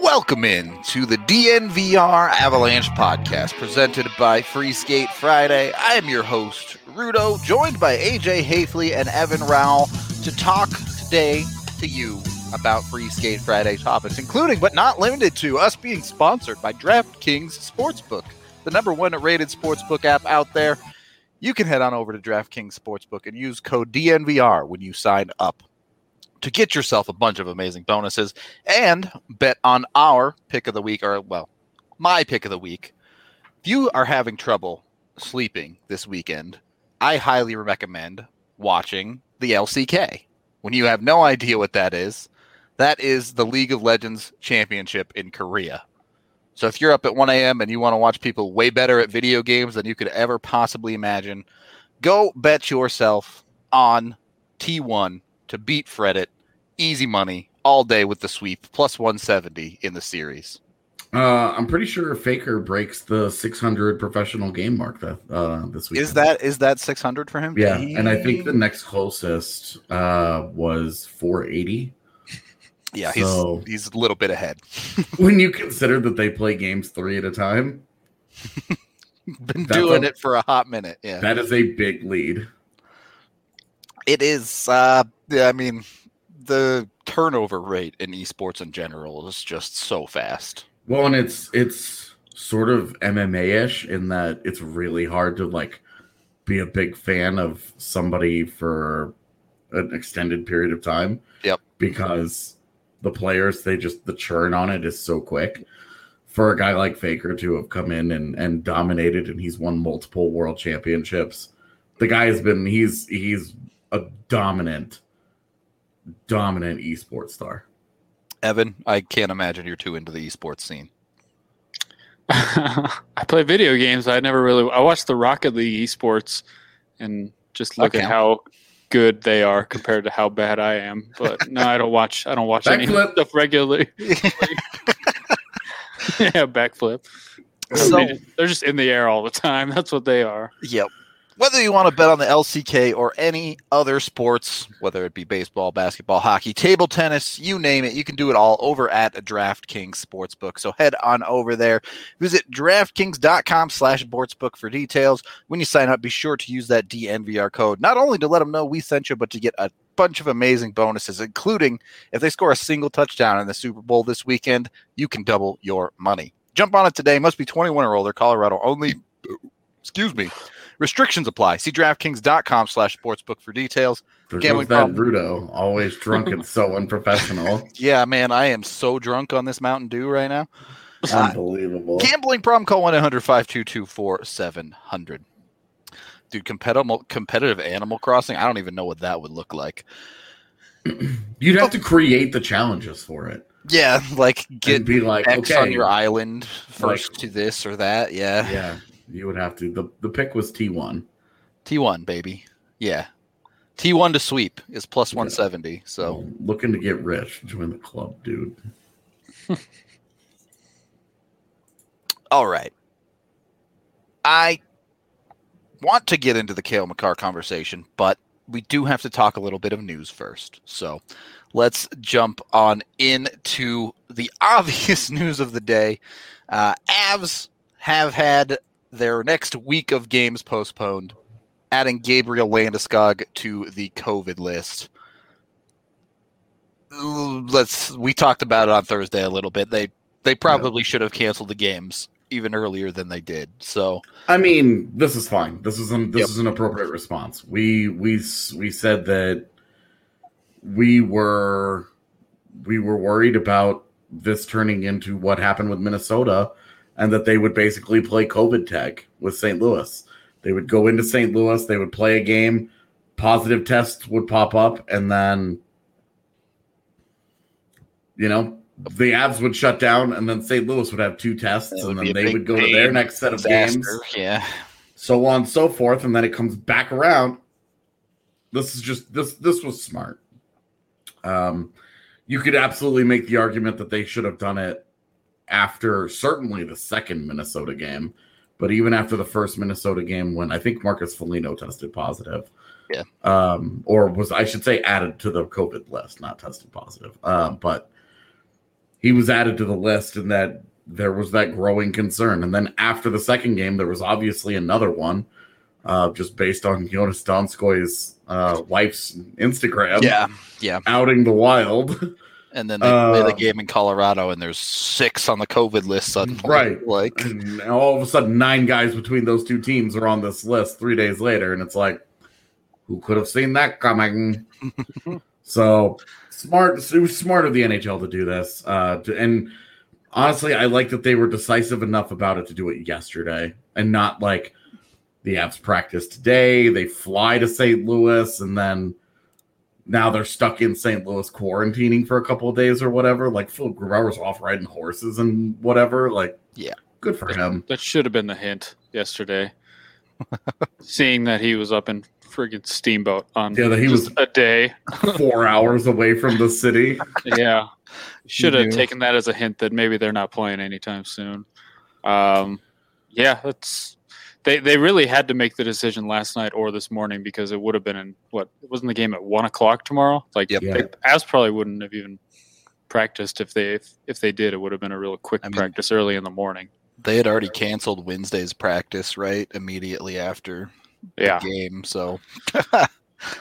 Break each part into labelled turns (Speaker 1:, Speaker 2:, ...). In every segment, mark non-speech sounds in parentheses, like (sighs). Speaker 1: Welcome in to the DNVR Avalanche podcast presented by Free Skate Friday. I am your host, Rudo, joined by AJ Hafley and Evan Rowell to talk today to you about Free Skate Friday topics, including but not limited to us being sponsored by DraftKings Sportsbook, the number one rated sportsbook app out there. You can head on over to DraftKings Sportsbook and use code DNVR when you sign up to get yourself a bunch of amazing bonuses and bet on our pick of the week, or well, my pick of the week. If you are having trouble sleeping this weekend, I highly recommend watching the LCK. When you have no idea what that is, that is the League of Legends Championship in Korea. So if you're up at 1 a.m. and you want to watch people way better at video games than you could ever possibly imagine, go bet yourself on T1 to beat Reddit easy money all day with the sweep plus 170 in the series.
Speaker 2: Uh, I'm pretty sure Faker breaks the 600 professional game mark that uh, this week.
Speaker 1: Is that is that 600 for him?
Speaker 2: Yeah, and I think the next closest uh, was 480.
Speaker 1: yeah, he's
Speaker 2: so-
Speaker 1: he's a little bit ahead.
Speaker 2: (laughs)
Speaker 1: (laughs)
Speaker 2: when you consider that they play games three at a time,
Speaker 1: Been
Speaker 2: That's
Speaker 1: doing
Speaker 2: a-
Speaker 1: it for a hot minute. Yeah,
Speaker 2: that is a big lead.
Speaker 1: it is. Uh, yeah, I mean, the turnover rate in esports in general is just so fast.
Speaker 2: Well, and it's it's sort of MMA ish in that it's really hard to like be a big fan of somebody for an extended period of time.
Speaker 1: Yep.
Speaker 2: Because the players, they just the churn on it is so quick. For a guy like Faker to have come in and and dominated, and he's won multiple world championships. The guy has been he's he's a dominant, dominant esports star.
Speaker 1: Evan, I can't imagine you're too into the esports (laughs) scene.
Speaker 3: (laughs) I play video games. I never really. I watch the Rocket League esports, and just look
Speaker 1: Okay.
Speaker 3: at how good they are compared to how bad I am. But no, I don't watch. I don't watch any of
Speaker 2: Backflip.
Speaker 3: that stuff regularly. (laughs) yeah, backflip.
Speaker 1: So-
Speaker 3: they just, they're just in the air all the time. (laughs) That's what they are.
Speaker 1: Yep. Whether you want to bet on the LCK or any other sports, whether it be baseball, basketball, hockey, table tennis, you name it, you can do it all over at DraftKings Sportsbook. So head on over there. Visit DraftKings.com slash sportsbook for details. When you sign up, be sure to use that DNVR code, not only to let them know we sent you, but to get a bunch of amazing bonuses, including if they score a single touchdown in the Super Bowl this weekend, you can double your money. Jump on it today. Must be 21 or older, Colorado only. Excuse me. Restrictions apply. See DraftKings.com slash sportsbook for details.
Speaker 2: There
Speaker 1: Gambling
Speaker 2: goes that
Speaker 1: problem.
Speaker 2: Rudo, always drunk and so unprofessional.
Speaker 1: Yeah, man, I am so drunk on this Mountain Dew right now. Uh,
Speaker 2: Unbelievable.
Speaker 1: Gambling problem, call 1 800 522 700. Dude, competitive, competitive Animal Crossing, I don't even know what that would look like.
Speaker 2: You'd have to create the challenges for it.
Speaker 1: Yeah, like get
Speaker 2: and be like,
Speaker 1: X
Speaker 2: okay,
Speaker 1: on your island first to this or that. Yeah.
Speaker 2: yeah, you would have to. The the pick was T one.
Speaker 1: T1, baby. Yeah. T1 to sweep is plus 170. So,
Speaker 2: So looking to get rich, join the club, dude.
Speaker 1: all right. I want to get into the Kale McCarr conversation, but we do have to talk a little bit of news first. So let's jump on into the (laughs) obvious news of the day. Uh, Avs have had their next week of games postponed, adding Gabriel Landeskog to the COVID list. Ooh, Let's. We talked about it on Thursday a little bit. They they probably should have canceled the games even earlier than they did. So
Speaker 2: I mean, this is fine. This is an this
Speaker 1: Yep.
Speaker 2: is an appropriate response. We we s- we said that we were we were worried about this turning into what happened with Minnesota, and that they would basically play COVID tag with St. Louis. They would go into St. Louis, they would play a game, positive tests would pop up, and then you know the Avs would shut down, and then St. Louis would have two tests,
Speaker 1: It would
Speaker 2: and
Speaker 1: be
Speaker 2: then
Speaker 1: a
Speaker 2: they
Speaker 1: big
Speaker 2: would go to their
Speaker 1: pain,
Speaker 2: next set of games
Speaker 1: Yeah.
Speaker 2: so on and so forth and then it comes back around this is just this this was smart um you could absolutely make the argument that they should have done it after certainly the second Minnesota game, but even after the first Minnesota game when I think Marcus Foligno tested positive.
Speaker 1: Yeah.
Speaker 2: Um, or was I should say added to the COVID list, not tested positive. Uh, but he was added to the list and that there was that growing concern. And then after the second game, there was obviously another one, uh, just based on Jonas Donskoy's uh, wife's Instagram.
Speaker 1: Yeah, yeah.
Speaker 2: Outing the wild.
Speaker 1: And then they play the
Speaker 2: Um,
Speaker 1: game in Colorado, and there's six on the COVID list suddenly.
Speaker 2: Right.
Speaker 1: Like,
Speaker 2: (laughs) And all of a sudden, nine guys between those two teams are on this list three days later, and it's like, who could have seen that coming? so smart, it was smart of the NHL to do this. Uh, to, and honestly, I like that they were decisive enough about it to do it yesterday, and not like the Avs practice today. They fly to St. Louis, and then now they're stuck in St. Louis quarantining for a couple of days or whatever. Like Phil Grubauer's off riding horses and whatever. Like,
Speaker 1: Yeah.
Speaker 2: good for him.
Speaker 3: That should have been the hint
Speaker 2: (laughs)
Speaker 3: yesterday. Seeing that he was up in friggin' Steamboat on
Speaker 2: Yeah, that he
Speaker 3: just a day.
Speaker 2: Four hours away from the city.
Speaker 1: (laughs)
Speaker 3: Yeah. Should have
Speaker 1: do.
Speaker 3: taken that as a hint that maybe they're not playing anytime soon. Um, yeah, that's they, they really had to make the decision last night or this morning because it would have been in what wasn't the game at one o'clock tomorrow? Like
Speaker 1: Yep.
Speaker 2: Yeah.
Speaker 3: they, Avs probably wouldn't have even practiced if they if, if they did, it would have been a real quick
Speaker 1: I mean-
Speaker 3: practice early in the morning.
Speaker 1: they had already canceled Wednesday's practice, right? Immediately after
Speaker 3: Yeah.
Speaker 1: the game. So (laughs)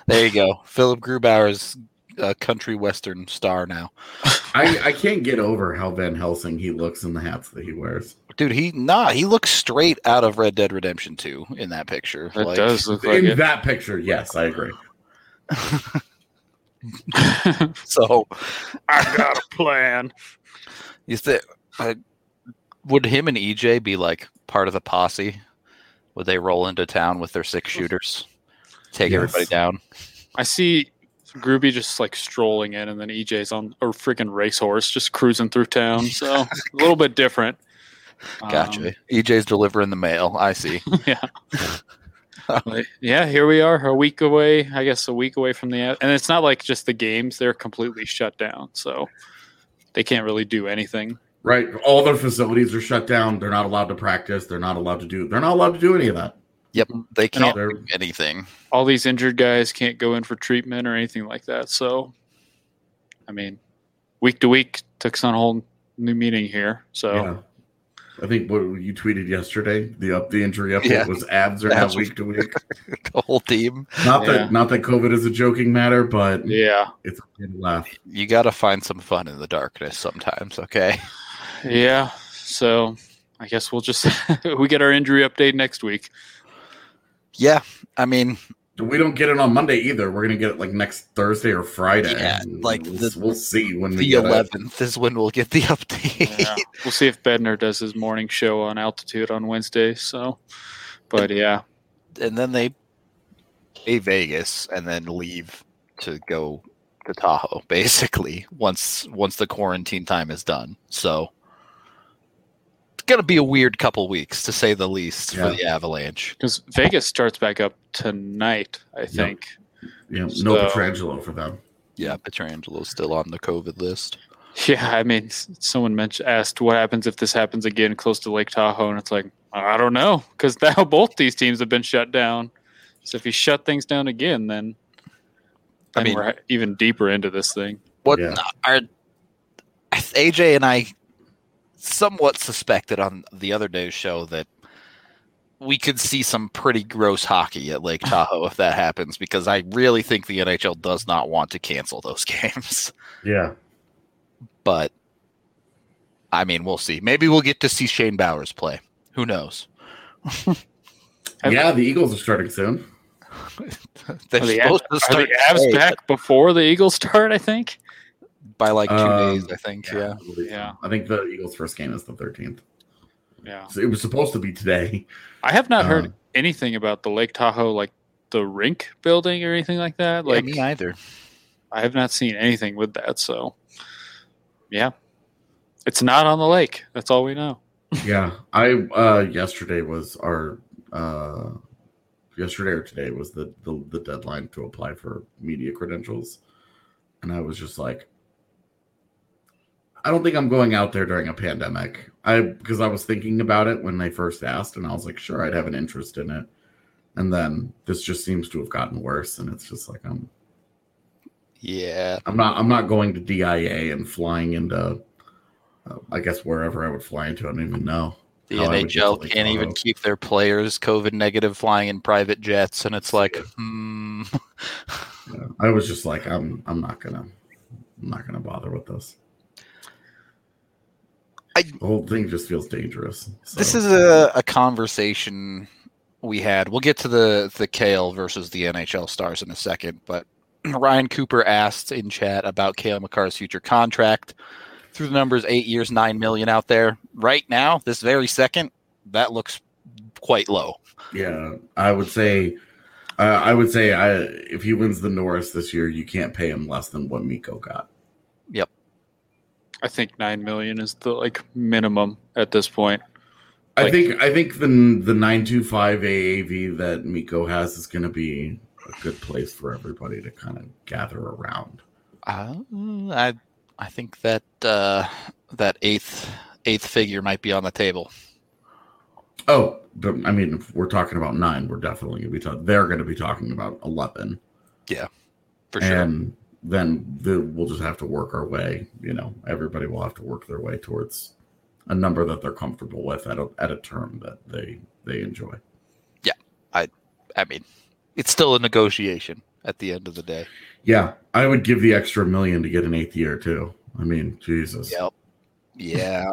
Speaker 1: there you go. Philip Grubauer's a country western star now.
Speaker 2: I, I can't get over how Van Helsing he looks in the hats that he wears.
Speaker 1: Dude, he nah, he looks straight out of Red Dead Redemption 2 in that picture.
Speaker 3: That does look
Speaker 1: Oh,
Speaker 3: like
Speaker 2: in
Speaker 3: it.
Speaker 2: that picture, yes, I agree.
Speaker 1: (laughs)
Speaker 3: (laughs)
Speaker 1: So
Speaker 3: I got a plan.
Speaker 1: you think uh, would him and EJ be like part of the posse? Would they roll into town with their six shooters? Take
Speaker 2: Yes.
Speaker 1: everybody down.
Speaker 3: I see Groovy just like strolling in, and then EJ's on a freaking racehorse just cruising through town. So a little bit different. Um,
Speaker 1: Gotcha. EJ's delivering the mail. I see.
Speaker 3: Um, but yeah, here we are, a week away. I guess a week away from the and it's not like just the games; they're completely shut down, so they can't really do anything.
Speaker 2: Right. All their facilities are shut down. They're not allowed to practice. They're not allowed to do they're not allowed to do any of that.
Speaker 1: Yep. They
Speaker 3: And all-
Speaker 1: can't
Speaker 2: They're,
Speaker 1: do anything. (laughs)
Speaker 3: All these injured guys can't go in for treatment or anything like that. So, I mean, week to week took on a whole new meaning here. So.
Speaker 2: yeah. I think what you tweeted yesterday, the up the injury update
Speaker 1: Yeah.
Speaker 2: was abs are now
Speaker 1: Abs.
Speaker 2: week
Speaker 1: (laughs)
Speaker 2: to week.
Speaker 1: The whole team.
Speaker 2: Not
Speaker 3: Yeah.
Speaker 2: that not that COVID is a joking matter, but
Speaker 3: Yeah,
Speaker 2: it's okay to laugh.
Speaker 1: You got to find some fun in the darkness sometimes, okay?
Speaker 3: yeah. So I guess we'll just (laughs) we get our injury update
Speaker 1: (laughs)
Speaker 3: next week.
Speaker 1: Yeah. I mean,
Speaker 2: We don't get it on Monday either. We're gonna get it like next Thursday or Friday.
Speaker 1: Yeah, like
Speaker 2: we'll,
Speaker 1: the-
Speaker 2: we'll see when we
Speaker 1: the
Speaker 2: get it.
Speaker 1: 11th is when we'll get the (laughs) update.
Speaker 3: we'll see if Bednar does his morning show on altitude on Wednesday. So, but yeah,
Speaker 1: and then they pay Vegas and then leave to go to Tahoe (laughs) basically once once the quarantine time is done. So it's going to be a weird couple weeks to say the least for
Speaker 2: Yeah.
Speaker 1: the Avalanche.
Speaker 3: because Vegas starts back up tonight, I think.
Speaker 2: Yeah, no
Speaker 3: So-
Speaker 2: Petrangelo for them.
Speaker 1: Yeah, Petrangelo's still on the COVID list.
Speaker 3: Yeah, I mean, s- someone mentioned asked what happens if this happens again close to Lake Tahoe, and it's like I don't know because now (laughs) both these teams have been shut down. So if you shut things down again, then,
Speaker 1: I
Speaker 3: then
Speaker 1: mean-
Speaker 3: we're even deeper into this thing.
Speaker 1: What
Speaker 2: Yeah.
Speaker 1: are AJ and I somewhat suspected on the other day's show that we could see some pretty gross hockey at (laughs) Lake Tahoe if that happens because I really think the NHL does not want to cancel those (laughs) games.
Speaker 2: Yeah.
Speaker 1: But I mean, we'll see. Maybe we'll get to see Shane Bowers play. Who knows? (laughs)
Speaker 3: Have-
Speaker 2: yeah, the Eagles are starting soon.
Speaker 1: They're
Speaker 3: Are the
Speaker 1: supposed to
Speaker 3: Avs, are
Speaker 1: start
Speaker 3: the Avs
Speaker 1: today
Speaker 3: back before the Eagles start? I think.
Speaker 1: by like two
Speaker 2: Um,
Speaker 1: days, I think. Yeah.
Speaker 2: I believe so.
Speaker 3: Yeah.
Speaker 2: I think the Eagles' first game is the 13th.
Speaker 3: Yeah,
Speaker 2: So it was supposed to be today.
Speaker 3: I have not heard
Speaker 2: Um,
Speaker 3: anything about the Lake Tahoe, like the rink building or anything like that.
Speaker 1: Like
Speaker 3: Like
Speaker 1: me either.
Speaker 3: I have not seen anything with that. So, yeah, it's not on the lake. That's all we know.
Speaker 2: yeah. I uh yesterday was our uh yesterday or today was the, the the deadline to apply for media credentials. And I was just like I don't think I'm going out there during a pandemic. I because I was thinking about it when they first asked, and I was like, sure, I'd have an interest in it. And then this just seems to have gotten worse, and it's just like I'm
Speaker 1: Yeah.
Speaker 2: I'm not I'm not going to DIA and flying into uh, I guess wherever I would fly into. I don't even know.
Speaker 1: The
Speaker 2: how I would get to
Speaker 1: NHL
Speaker 2: Lake
Speaker 1: can't even
Speaker 2: Tahoe.
Speaker 1: keep their players COVID negative flying in private jets, and it's like,
Speaker 2: Yeah. (laughs)
Speaker 1: hmm.
Speaker 2: Yeah. I was just like I'm I'm not gonna I'm not gonna bother with this.
Speaker 1: I-
Speaker 2: the whole thing just feels dangerous. So.
Speaker 1: This is a, a conversation we had. We'll get to the the Kale versus the NHL stars in a second, but (clears throat) Ryan Cooper asked in chat about Kale McCarr's future contract. Through the numbers, eight years, nine million out there right now, this very second. That looks quite low.
Speaker 2: Yeah, I would say, uh, I would say, I if he wins the Norris this year, you can't pay him less than what Miko got.
Speaker 3: I think nine million is the like minimum at this point.
Speaker 2: I
Speaker 3: Like-
Speaker 2: think, I think the the nine two five AAV that Miko has is going to be a good place for everybody to kind of gather around.
Speaker 1: Uh, I I think that uh, that eighth eighth figure might be on the table.
Speaker 2: Oh, but I mean, if we're talking about nine, we're definitely going to be talking. They're going to be talking about eleven,
Speaker 1: For sure.
Speaker 2: and then the, we'll just have to work our way. You know, everybody will have to work their way towards a number that they're comfortable with at a at a term that they they enjoy.
Speaker 1: I mean, it's still a negotiation at the end of the day.
Speaker 2: Yeah, I would give the extra million to get an eighth year too. I mean, Jesus,
Speaker 1: Yep.
Speaker 3: (laughs)
Speaker 1: Yeah.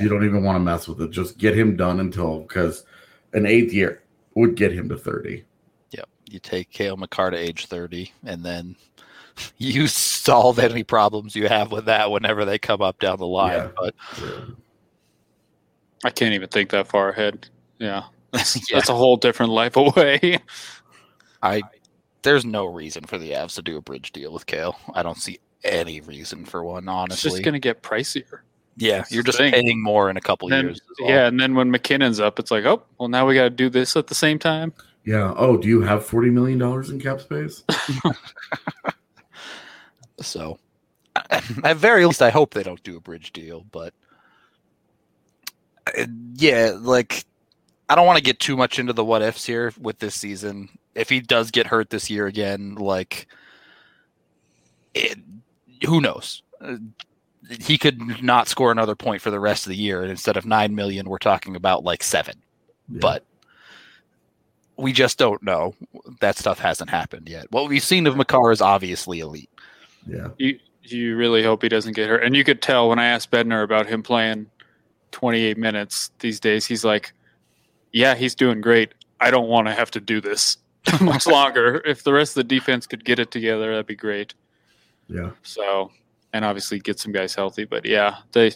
Speaker 2: you don't even want to mess with it. Just get him done until because an eighth year would get him to thirty.
Speaker 1: Yep. You take Kale McCarr to age 30, and then (laughs) you solve any problems you have with that whenever they come up down the line.
Speaker 2: Yeah.
Speaker 1: But
Speaker 3: I can't even think that far ahead.
Speaker 1: (laughs)
Speaker 3: Yeah. That's,
Speaker 1: Yeah.
Speaker 3: that's a whole different life (laughs) away.
Speaker 1: I, there's no reason for the Avs to do a bridge deal with Kale. I don't see any reason for one,
Speaker 3: it's
Speaker 1: honestly.
Speaker 3: just going to get pricier.
Speaker 1: yeah, you're
Speaker 3: the
Speaker 1: just
Speaker 3: thing.
Speaker 1: paying more in a couple
Speaker 3: Then-
Speaker 1: years. is all.
Speaker 3: Yeah, and then when McKinnon's up, it's like, oh, well, now we got to do this at the same time.
Speaker 2: Yeah. Oh, do you have forty million dollars in cap space?
Speaker 1: So, (laughs) at very least, I hope they don't do a bridge deal. But Uh, yeah, like I don't want to get too much into the what ifs here with this season. If he does get hurt this year again, like it, who knows? Uh, He could not score another point for the rest of the year, and instead of nine million, we're talking about like seven. (laughs)
Speaker 2: Yeah.
Speaker 1: But we just don't know. That stuff hasn't happened yet. What we've seen of Makar is obviously elite.
Speaker 2: yeah,
Speaker 3: You you really hope he doesn't get hurt. And you could tell when I asked Bednar about him playing 28 minutes these days, he's like, yeah, he's doing great. I don't want to have to do this (laughs) much longer. If the rest of the defense could get it together, that'd be great.
Speaker 2: yeah.
Speaker 3: So, and obviously get some guys healthy. But yeah, they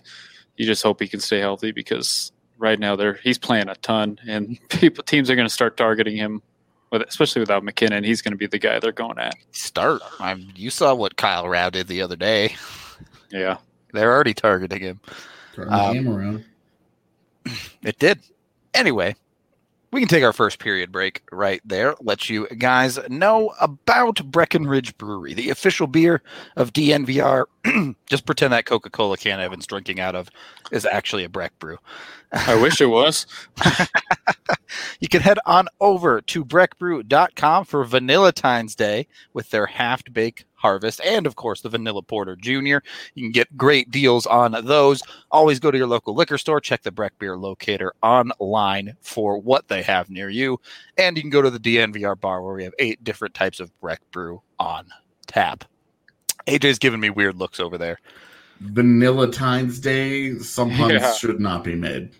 Speaker 3: you just hope he can stay healthy because right now they're he's playing a ton, and (laughs) people teams are going to start targeting him. With, especially without McKinnon, he's going to be the guy they're going at.
Speaker 1: start. I'm, you saw what Kyle Rao did the other day.
Speaker 3: Yeah,
Speaker 1: They're already targeting him.
Speaker 2: Turn
Speaker 1: Um,
Speaker 2: the game around.
Speaker 1: It did. Anyway, we can take our first period break right there. Let you guys know about Breckenridge Brewery, the official beer of DNVR. (clears throat) Just pretend that Coca Cola can Evan's drinking out of is actually a Breck brew.
Speaker 3: I wish it was. (laughs)
Speaker 1: You can head on over to breckbrew.com for Vanillatine's Day with their half bake harvest and, of course, the Vanilla Porter Jr. You can get great deals on those. Always go to your local liquor store, check the Breck Beer Locator online for what they have near you. And you can go to the DNVR bar where we have eight different types of Breck Brew on tap. AJ's giving me weird looks over there.
Speaker 2: Vanilla Times Day. Some puns
Speaker 3: Yeah.
Speaker 2: should not be made.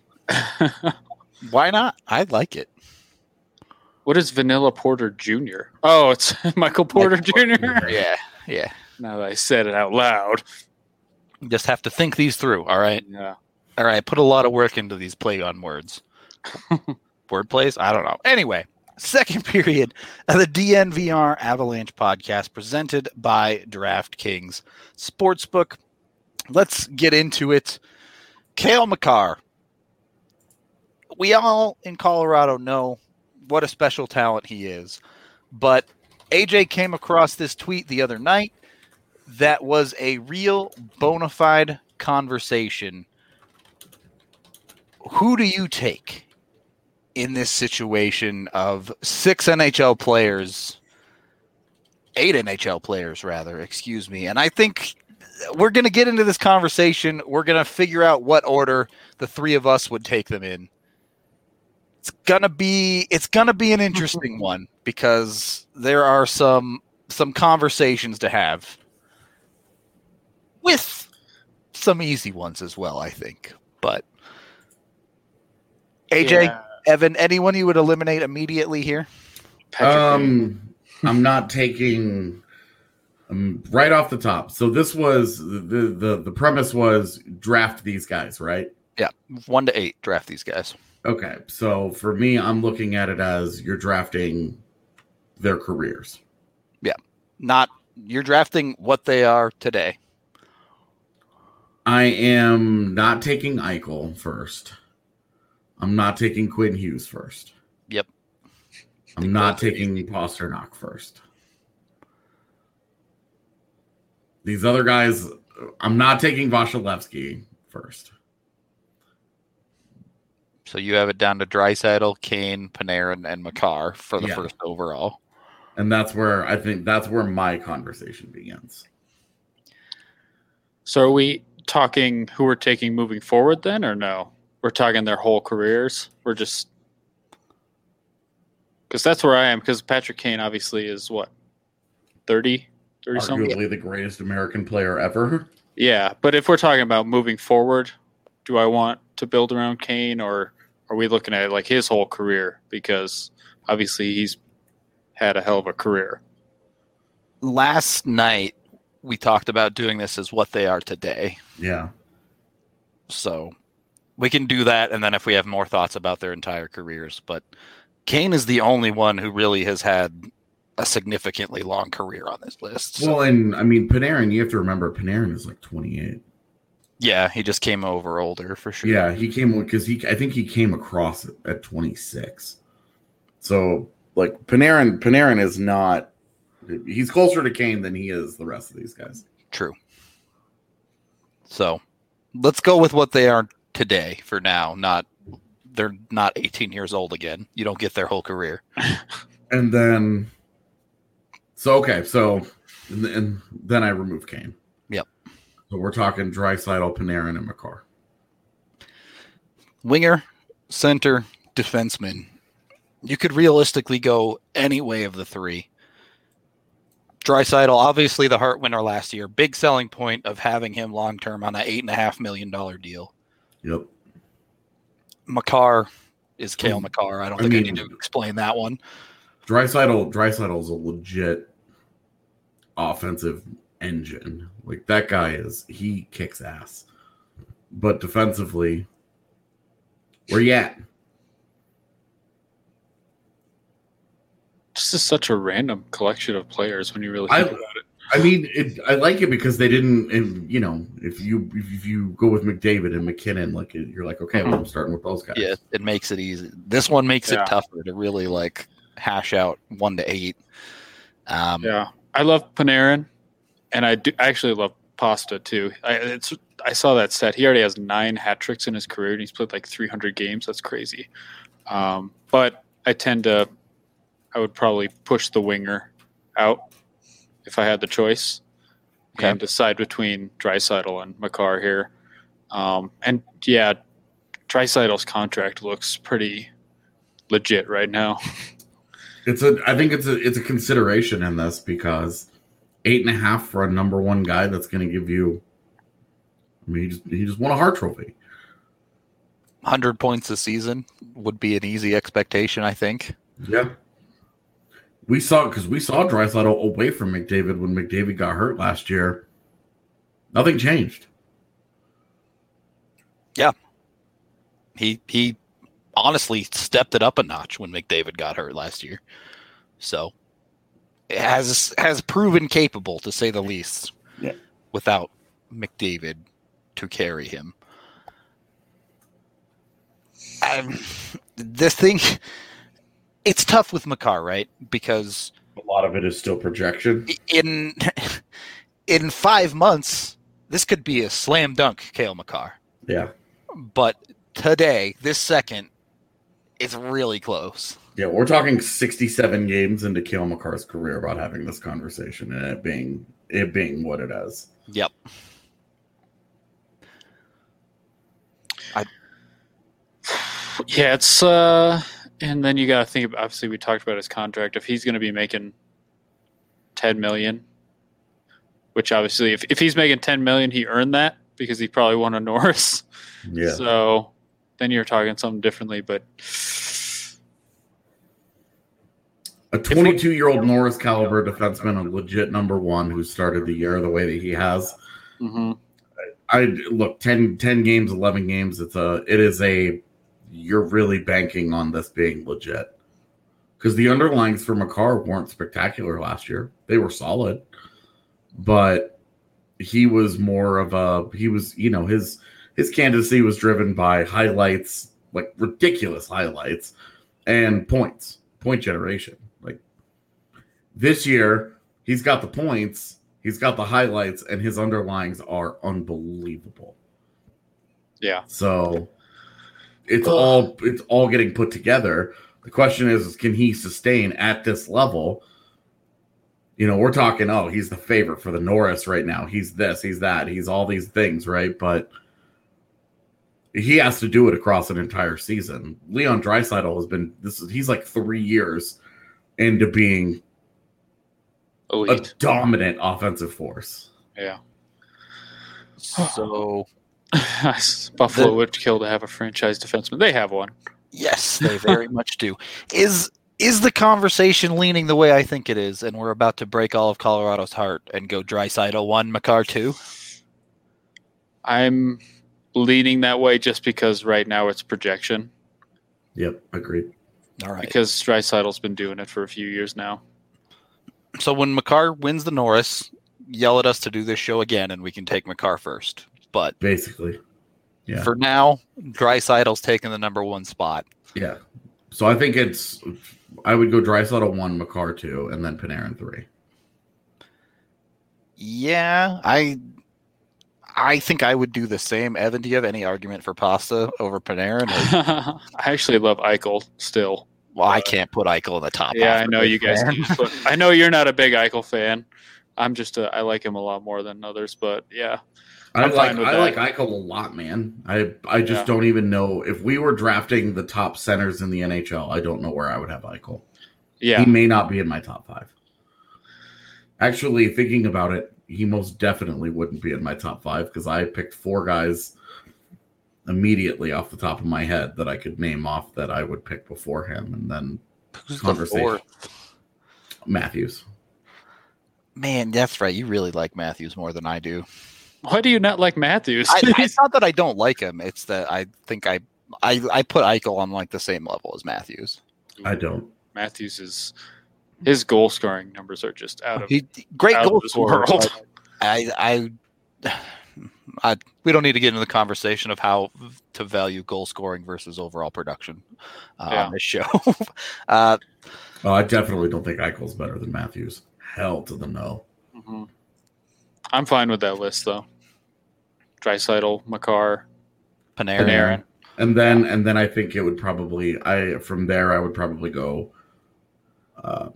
Speaker 1: Why not? I like it.
Speaker 3: what is Vanilla Porter Jr.? Oh, it's (laughs) Michael Porter
Speaker 1: Porter
Speaker 3: Jr.
Speaker 1: Yeah. Yeah.
Speaker 3: Now that I said it out loud.
Speaker 1: You Just have to think these through. All right.
Speaker 3: Yeah.
Speaker 1: All right, put a lot of work into these play on words. Word plays? I don't know. Anyway, second (laughs) period of the DNVR Avalanche podcast presented by DraftKings Sportsbook. Let's get into it. Kale McCarr. We all in Colorado know what a special talent he is, but AJ came across this tweet the other night that was a real bona fide conversation, who do you take in this situation of six NHL players, eight NHL players, rather, excuse me? And I think we're going to get into this conversation. We're going to figure out what order the three of us would take them in. It's going to be it's going to be an interesting one because there are some some conversations to have with some easy ones as well, I think. But AJ,
Speaker 3: Yeah.
Speaker 1: Evan, anyone you would eliminate immediately here?
Speaker 2: Um, I'm not taking um, right off the top. So this was the, the the premise was draft these guys, right?
Speaker 1: Yeah, one to eight. Draft these guys.
Speaker 2: Okay. So for me, I'm looking at it as you're drafting their careers.
Speaker 1: Not you're drafting what they are today.
Speaker 2: I am not taking Eichel first. I'm not taking Quinn Hughes first.
Speaker 1: Yep.
Speaker 2: I'm not taking Pasternak first. These other guys, I'm not taking Vasilevsky first.
Speaker 1: So you have it down to Drysaddle, Kane, Panarin, and Makar for the
Speaker 2: Yeah.
Speaker 1: first overall.
Speaker 2: And that's where I think that's where my conversation begins.
Speaker 3: So are we talking who we're taking moving forward then, or no? We're talking their whole careers. We're just because that's where I am. Because Patrick Kane obviously is what 30, 30 something.
Speaker 2: Arguably the greatest American player
Speaker 1: (laughs)
Speaker 2: ever.
Speaker 3: Yeah, but if we're talking about moving forward, do I want to build around Kane, or are we looking at like his whole career? Because obviously he's had a hell of a career.
Speaker 1: Last night we talked about doing this as what they are today.
Speaker 2: Yeah.
Speaker 1: So we can do that, and then if we have more thoughts about their entire careers, but Kane is the only one who really has had a significantly long career on this list. so-
Speaker 2: Well, and I mean Panarin, you have to remember Panarin is like 28.
Speaker 1: Yeah, he just came over older for sure.
Speaker 2: Yeah, he came because he I think he came across it at 26. So like Panarin, Panarin is not. He's closer to Kane than he is the rest of these guys.
Speaker 1: True. So let's go with what they are today for now. Not they're not 18 years old again. You don't get their whole career.
Speaker 2: And then, so okay, so and, th- and then I remove Kane.
Speaker 1: Yep.
Speaker 2: So we're talking Drysidle, Panarin, and McCarr.
Speaker 1: Winger, center, defenseman. You could realistically go any way of the three. Drysidle, obviously the heart winner last year. Big selling point of having him long term on that eight and a half million dollar deal.
Speaker 2: Yep.
Speaker 1: Makar is Kale Makar. I don't
Speaker 2: I
Speaker 1: think I
Speaker 2: mean-
Speaker 1: need to explain that one.
Speaker 2: Drysidle, Drysidle is a legit offensive engine. Like that guy is, he kicks ass. But defensively, where you at?
Speaker 3: This is such a random collection of players when you really
Speaker 2: I-
Speaker 3: think about it.
Speaker 2: I mean, it, I like it because they didn't. If, you know, if you if you go with McDavid and McKinnon, like you're like, okay, well, I'm starting with those guys.
Speaker 1: yeah it makes it easy this one makes
Speaker 3: Yeah.
Speaker 1: it tougher to really like hash out one to eight um
Speaker 3: Yeah, I love Panarin, and I do I actually love Pasta too. I, it's I saw that stat. He already has nine hat tricks in his career, and he's played like 300 games. That's crazy. Um, but I tend to, I would probably push the winger out if I had the choice,
Speaker 1: Okay.
Speaker 3: and decide between Drysaddle and Makar here. Um, and yeah, Drysaddle's contract looks pretty legit right now.
Speaker 2: It's a. I think it's a. It's a consideration in this because eight and a half for a number one guy that's going to give you. I mean, he just he just won a Hart Trophy.
Speaker 1: 100 points this season would be an easy expectation i think
Speaker 2: Yeah. We saw because we saw Drysdale away from McDavid when McDavid got hurt last year. Nothing changed.
Speaker 1: he he honestly stepped it up a notch when mcdavid got hurt last year so it has has proven capable to say the least
Speaker 2: Yeah.
Speaker 1: without mcdavid to carry him um, this thing it's tough with Makar, right? Because (laughs)
Speaker 2: A lot of it is still projection.
Speaker 1: in in five months, this could be a slam dunk, Kale McCarr.
Speaker 2: Yeah.
Speaker 1: But today, this second, it's really close.
Speaker 2: Yeah, we're talking 67 games into Kale McCarr's career about having this conversation and it being it being what it is.
Speaker 1: Yep.
Speaker 3: Yeah, it's uh and then you got to think about obviously we talked about his contract if he's going to be making 10 million which obviously if, if he's making 10 million he earned that because he probably won
Speaker 1: (laughs)
Speaker 3: a Norris.
Speaker 2: Yeah.
Speaker 3: So then you're talking something differently but
Speaker 2: A 22 year old Norris caliber defenseman, a legit number one who started the year the way that he has.
Speaker 3: mhm.
Speaker 2: I look 10, 10 games, 11 games. It's a, it is a, you're really banking on this being legit because the underlyings for McCarr weren't spectacular last year. They were solid, but he was more of a, he was, you know, his, his candidacy was driven by highlights, like ridiculous highlights and points, point generation. Like this year, he's got the points. He's got the highlights, and his underlyings are unbelievable.
Speaker 3: yeah.
Speaker 2: So it's
Speaker 3: Ugh.
Speaker 2: all it's all getting put together. The question is, is can he sustain at this level? You know, we're talking, oh, he's the favorite for the Norris right now. He's this, he's that, he's all these things, right? But he has to do it across an entire season. Leon Dreisidel has been this is he's like three years into being a
Speaker 3: Elite.
Speaker 2: dominant offensive force.
Speaker 3: yeah.
Speaker 1: So
Speaker 3: (laughs) Buffalo
Speaker 1: The-
Speaker 3: would kill to have a franchise defenseman. They have one.
Speaker 1: yes, they very much do. Is is the conversation leaning the way I think it is, and we're about to break all of Colorado's heart and go Drysidle one, McCarr two?
Speaker 3: I'm leaning that way just because right now it's projection
Speaker 2: Yep, agreed.
Speaker 1: All right.
Speaker 3: because Drysidle's been doing it for a few years now.
Speaker 1: So when McCarr wins the Norris, yell at us to do this show again, and we can take McCarr first. But
Speaker 2: Basically. Yeah.
Speaker 1: for now, Drysidle's taking the number one spot.
Speaker 2: Yeah. So I think it's I would go Drysaddle one, Makar two, and then Panarin three.
Speaker 1: Yeah, I I think I would do the same. Evan, do you have any argument for pasta over Panarin? Or-
Speaker 3: (laughs) I actually love Eichel still.
Speaker 1: well, I can't put Eichel in the top.
Speaker 3: Yeah,
Speaker 1: half
Speaker 3: I
Speaker 1: of
Speaker 3: know
Speaker 1: it.
Speaker 3: you guys. (laughs)
Speaker 2: fan.
Speaker 3: keep put- I know you're not a big Eichel fan. I'm just a. I like him a lot more than others, but yeah,
Speaker 2: I
Speaker 3: I'm
Speaker 2: like
Speaker 3: fine with
Speaker 2: I
Speaker 3: that.
Speaker 2: like Eichel a lot, man. I I just
Speaker 3: Yeah.
Speaker 2: don't even know if we were drafting the top centers in the NHL. I don't know where I would have Eichel.
Speaker 3: yeah,
Speaker 1: Mm.
Speaker 2: He may not be in my top five. Actually, thinking about it, he most definitely wouldn't be in my top five because I picked four guys immediately off the top of my head that I could name off that I would pick before him, and then
Speaker 1: Who's the
Speaker 2: conversation.
Speaker 1: fourth?
Speaker 2: Matthews.
Speaker 1: Man, that's right. You really like Matthews more than I do.
Speaker 3: Why do you not like Matthews?
Speaker 1: (laughs) I, it's not that I don't like him. It's that I think I I, I put Eichel on like the same level as Matthews.
Speaker 2: I don't.
Speaker 3: (laughs) Matthews is his goal scoring numbers are just out of,
Speaker 1: He, great
Speaker 3: out
Speaker 1: goal
Speaker 3: of this
Speaker 1: scorer. (laughs)
Speaker 3: world.
Speaker 1: I, I, I, we don't need to get into the conversation of how to value goal scoring versus overall production uh,
Speaker 3: Yeah.
Speaker 1: on this show. (laughs) uh,
Speaker 2: Oh, I definitely don't think Eichel's better than Matthews. Hell to the no.
Speaker 3: Mhm. I'm fine with that list though. Drysital, Makar,
Speaker 1: Panarin.
Speaker 3: Panarin.
Speaker 2: And then and then I think it would probably I from there I would probably go uh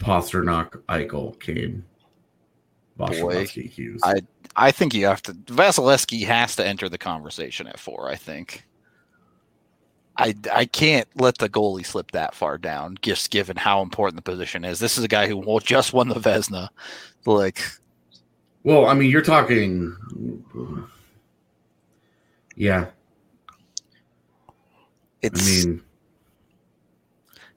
Speaker 2: Pasternak, Eichel, Kane, Vasilevsky, Hughes.
Speaker 1: I- I think you have to. Vasilevsky has to enter the conversation at four. I think. I, I can't let the goalie slip that far down, just given how important the position is. This is a guy who will- just won the Vesna. Like,
Speaker 2: well, I mean you're talking Yeah, I
Speaker 1: it's
Speaker 2: mean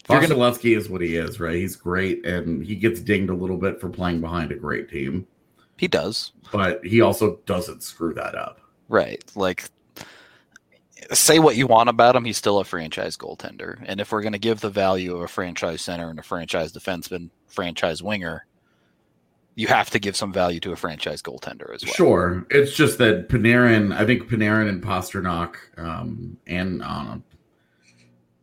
Speaker 1: You're gonna-
Speaker 2: Vasilevsky is what he is, right? He's great and he gets dinged a little bit for playing behind a great team,
Speaker 1: he does.
Speaker 2: but he also doesn't screw that up.
Speaker 1: Right. Like, say what you want about him, he's still a franchise goaltender. And if we're going to give the value of a franchise center and a franchise defenseman, franchise winger, you have to give some value to a franchise goaltender as well.
Speaker 2: Sure. It's just that Panarin, I think Panarin and Pasternak, um, and um,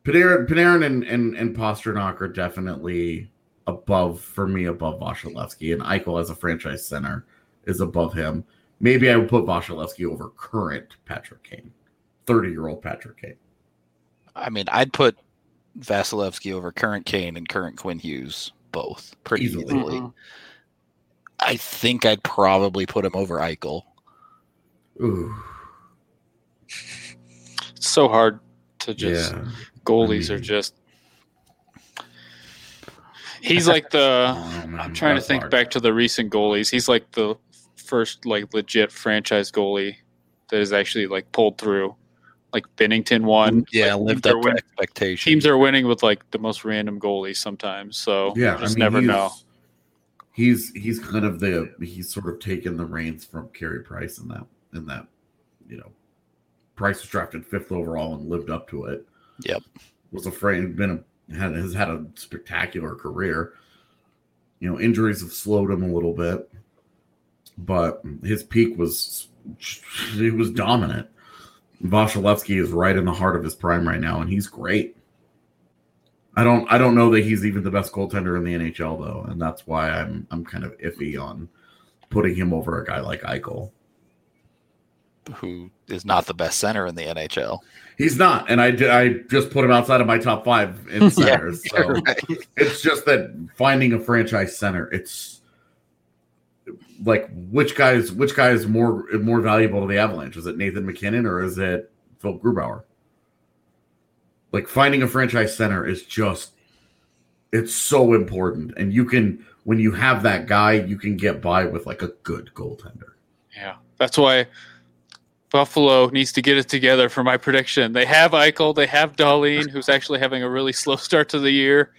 Speaker 2: Panarin, Panarin and, and, and Pasternak are definitely above, for me, above Vasilevsky. And Eichel as a franchise center is above him. Maybe I would put Vasilevsky over current Patrick Kane, 30 year old Patrick Kane.
Speaker 1: I mean, I'd put Vasilevsky over current Kane and current Quinn Hughes both pretty
Speaker 2: Easily.
Speaker 1: easily.
Speaker 3: Mm-hmm.
Speaker 1: I think I'd probably put him over Eichel.
Speaker 2: Ooh,
Speaker 3: It's so hard to just
Speaker 2: yeah.
Speaker 3: goalies
Speaker 1: Mm-hmm.
Speaker 2: I mean-
Speaker 3: are just. He's
Speaker 1: (laughs)
Speaker 3: like the.
Speaker 2: Um,
Speaker 3: I'm trying to
Speaker 2: that's
Speaker 3: think
Speaker 2: hard.
Speaker 3: back to the recent goalies. He's like the first like legit franchise goalie that is actually like pulled through. Like Bennington won.
Speaker 1: Yeah,
Speaker 3: Like,
Speaker 1: lived
Speaker 3: teams
Speaker 1: up
Speaker 3: are
Speaker 1: to
Speaker 3: win-
Speaker 1: expectations.
Speaker 3: teams are winning with like the most random goalies sometimes. So
Speaker 2: Yeah,
Speaker 3: you just
Speaker 2: I mean,
Speaker 3: never
Speaker 2: he's-
Speaker 3: know.
Speaker 2: He's he's kind of the he's sort of taken the reins from Carey Price in that in that you know Price was drafted fifth overall and lived up to it.
Speaker 1: Yep.
Speaker 2: was afraid been a, had has had a spectacular career. You know, injuries have slowed him a little bit, but his peak was he was dominant. Vasilevsky is right in the heart of his prime right now, and he's great. I don't I don't know that he's even the best goaltender in the NHL though, and that's why I'm I'm kind of iffy on putting him over a guy like Eichel.
Speaker 1: who is not the best center in the NHL.
Speaker 2: He's not, and I, ju- I just put him outside of my top five in centers. so
Speaker 1: Um,
Speaker 2: it's just that finding a franchise center, it's like which guys which guy is more more valuable to the Avalanche? Is it Nathan McKinnon or is it Phil Grubauer? Like finding a franchise center is just it's so important, and you can when you have that guy, you can get by with like a good goaltender.
Speaker 3: Yeah. That's why Buffalo needs to get it together for my prediction. They have Eichel, they have Darlene, who's actually having a really (laughs) slow start to the year.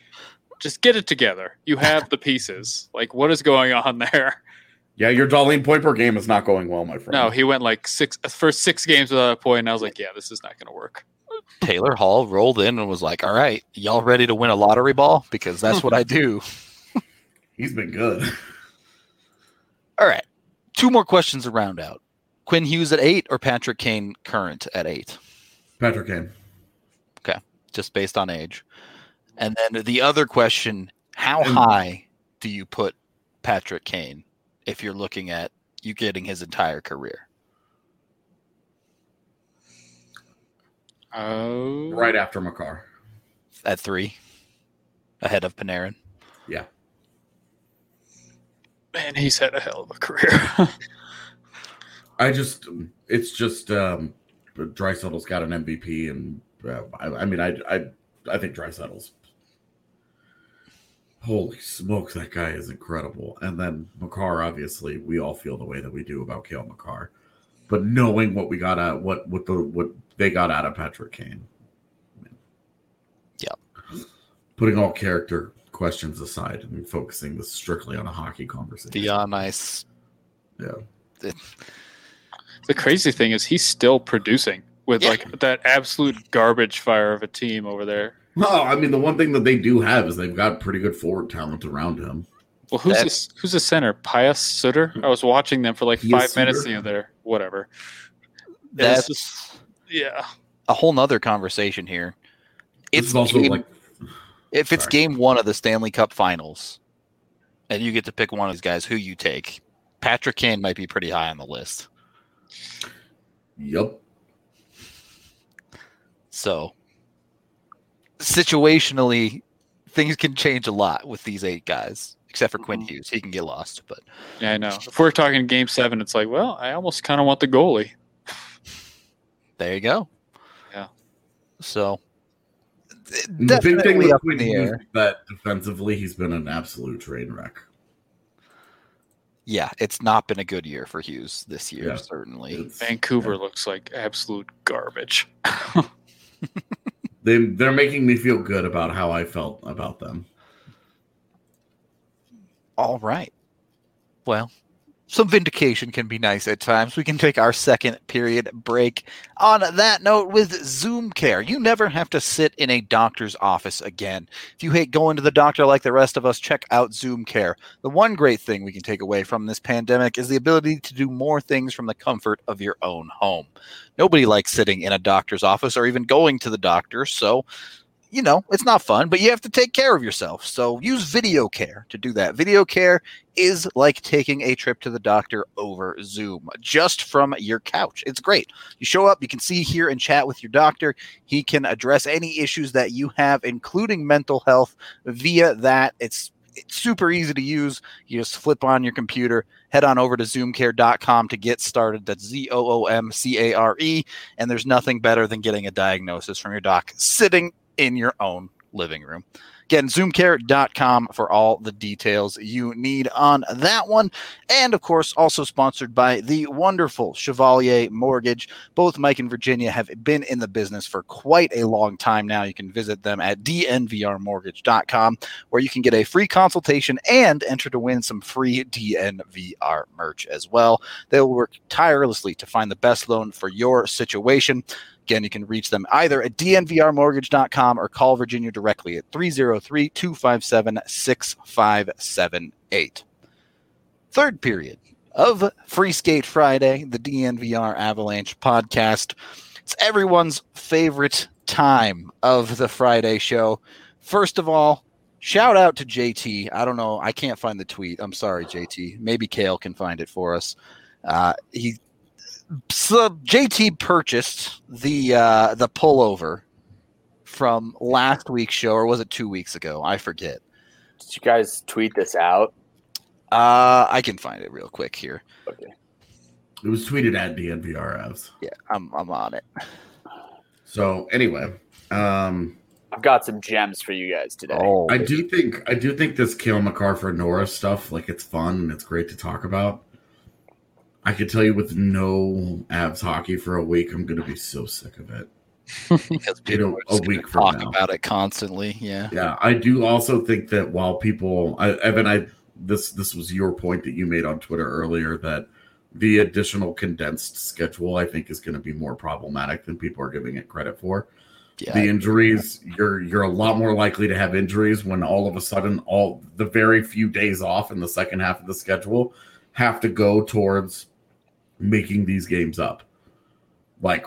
Speaker 3: Just get it together. You have the pieces. Like what is going on there?
Speaker 2: Yeah, your Darlene point per game is not going well, my friend.
Speaker 3: No, he went like six first six games without a point, and I was like, Yeah, this is not gonna work.
Speaker 1: Taylor Hall rolled in and was like, "All right, y'all ready to win a lottery ball? Because that's what I do."
Speaker 2: he's been good. (laughs)
Speaker 1: All right, two more questions to round out: Quinn Hughes at eight or Patrick Kane current at eight,
Speaker 2: Patrick Kane.
Speaker 1: just based on age. And then the other question: How
Speaker 2: And-
Speaker 1: high do you put Patrick Kane if you're looking at you getting his entire career?
Speaker 3: Oh
Speaker 2: right after Makar.
Speaker 1: At three, ahead of Panarin.
Speaker 3: man, he's had a hell of a career. (laughs)
Speaker 2: I just, it's just, um, Drysettle's got an MVP, and uh, I, I mean, I, I, I think Drysettle's. Holy smokes, that guy is incredible. And then Makar, obviously, we all feel the way that we do about Kale Makar, but knowing what we got out, what, what the, what they got out of Patrick Kane.
Speaker 1: Yeah.
Speaker 2: Putting all character questions aside and focusing this strictly on a hockey conversation.
Speaker 1: The on ice
Speaker 2: yeah.
Speaker 3: the crazy thing is he's still producing with
Speaker 1: Yeah.
Speaker 3: like that absolute garbage fire of a team over there.
Speaker 2: No, I mean the one thing that they do have is they've got pretty good forward talent around him.
Speaker 3: Well, who's
Speaker 1: That-
Speaker 3: this, who's the center? Pius Sutter. I was watching them for like
Speaker 2: Pius
Speaker 3: five minutes
Speaker 2: Sutter?
Speaker 3: the other. Whatever. It was
Speaker 1: that's
Speaker 3: just- yeah.
Speaker 1: a whole nother conversation here.
Speaker 2: This
Speaker 1: It's
Speaker 2: is also
Speaker 1: game-
Speaker 2: like
Speaker 1: if it's
Speaker 2: sorry.
Speaker 1: game one of the Stanley Cup Finals, and you get to pick one of these guys, who you take? Patrick Kane might be pretty high on the list.
Speaker 2: yep.
Speaker 1: So, situationally, things can change a lot with these eight guys, except for Quinn
Speaker 3: Mhm.
Speaker 1: Hughes. He can get lost, but
Speaker 3: Yeah, I know. If we're talking game seven, it's like, well, I almost kind of want the goalie.
Speaker 1: there you go.
Speaker 3: Yeah.
Speaker 1: So, th-
Speaker 2: And The big thing
Speaker 1: definitely
Speaker 2: with
Speaker 1: up in
Speaker 2: Quinn
Speaker 1: the
Speaker 2: Hughes
Speaker 1: air.
Speaker 2: is that defensively he's been an absolute train wreck.
Speaker 1: Yeah, it's not been a good year for Hughes this year,
Speaker 2: Yeah.
Speaker 1: certainly.
Speaker 2: It's-
Speaker 3: Vancouver looks like absolute garbage.
Speaker 2: They they're making me feel good about how I felt about them.
Speaker 1: All right. Well, some vindication can be nice at times. We can take our second period break. On that note, with Zoom Care, you never have to sit in a doctor's office again. If you hate going to the doctor like the rest of us, check out Zoom Care. The one great thing we can take away from this pandemic is the ability to do more things from the comfort of your own home. Nobody likes sitting in a doctor's office or even going to the doctor, so you know, it's not fun, but you have to take care of yourself. So use video care to do that. Video care is like taking a trip to the doctor over Zoom, just from your couch. It's great. You show up, you can see, hear, and chat with your doctor. He can address any issues that you have, including mental health, via that. It's it's super easy to use. You just flip on your computer, head on over to zoomcare.com to get started. That's Z O O M C A R E. And there's nothing better than getting a diagnosis from your doc sitting in your own living room. Again, zoomcare.com for all the details you need on that one. And of course, also sponsored by the wonderful Chevalier Mortgage. Both Mike and Virginia have been in the business for quite a long time now. You can visit them at dnvrmortgage.com where you can get a free consultation and enter to win some free DNVR merch as well. They will work tirelessly to find the best loan for your situation. Again, you can reach them either at dnvrmortgage.com or call Virginia directly at 303 257 6578. Third period of Free Skate Friday, the DNVR Avalanche podcast. It's everyone's favorite time of the Friday show. First of all, shout out to JT. I don't know. I can't find the tweet. I'm sorry, JT. Maybe Kale can find it for us. Uh, he so JT purchased the uh, the pullover from last week's show, or was it two weeks ago? I forget.
Speaker 4: Did you guys tweet this out?
Speaker 1: Uh, I can find it real quick here.
Speaker 4: Okay.
Speaker 2: It was tweeted at DNVRFs.
Speaker 1: Yeah, I'm I'm on it.
Speaker 2: So anyway, um,
Speaker 4: I've got some gems for you guys today.
Speaker 1: Oh,
Speaker 2: I do think I do think this Kale McCarfer Norris stuff, like it's fun and it's great to talk about. I could tell you with no abs hockey for a week, I'm gonna be so sick of it.
Speaker 1: because
Speaker 2: you know,
Speaker 1: people are
Speaker 2: a
Speaker 1: just gonna
Speaker 2: week from
Speaker 1: talk
Speaker 2: now.
Speaker 1: about it constantly. Yeah.
Speaker 2: Yeah, I do also think that while people, I, Evan, I this this was your point that you made on Twitter earlier that the additional condensed schedule I think is going to be more problematic than people are giving it credit for.
Speaker 1: Yeah.
Speaker 2: the injuries, you're you're a lot more likely to have injuries when all of a sudden all the very few days off in the second half of the schedule have to go towards making these games up. Like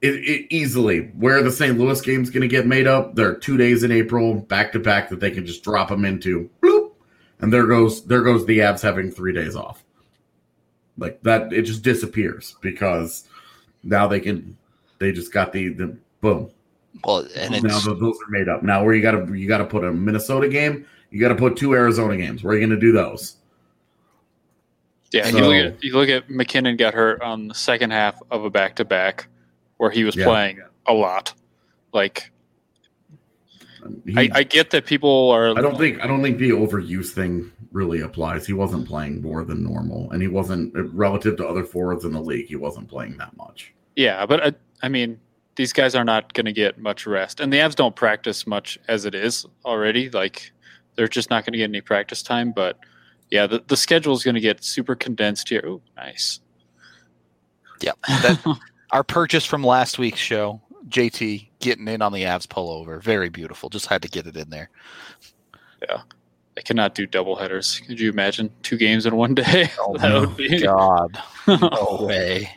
Speaker 2: it, it easily where the St. Louis game's going to get made up. There are two days in April back to back that they can just drop them into. Bloop, and there goes there goes the Abs having three days off. Like that, it just disappears because now they can they just got the the boom.
Speaker 1: well, and
Speaker 2: now
Speaker 1: it's
Speaker 2: tho- those are made up. Now where you got to you got to put a Minnesota game. You got to put two Arizona games. Where are you going to do those?
Speaker 3: Yeah,
Speaker 2: So-
Speaker 3: you look at you look at McKinnon got hurt on the second half of a back to back, where he was
Speaker 2: Yeah.
Speaker 3: playing a lot. Like
Speaker 2: He-
Speaker 3: I, I get that people are.
Speaker 2: I don't think I don't think the overuse thing really applies. He wasn't playing more than normal, and he wasn't relative to other forwards in the league. He wasn't playing that much.
Speaker 3: Yeah, but I, I mean, these guys are not going to get much rest, and the Avs don't practice much as it is already. Like they're just not going to get any practice time. But yeah, the the schedule is going to get super condensed here. Ooh, nice.
Speaker 1: yeah. That, our purchase from last week's show, JT getting in on the abs pullover, very beautiful. Just had to get it in there.
Speaker 3: I cannot do double headers. Could you imagine two games in one day? (laughs)
Speaker 1: Oh
Speaker 3: that
Speaker 1: my
Speaker 3: would be.
Speaker 1: God,
Speaker 2: (laughs)
Speaker 1: no way.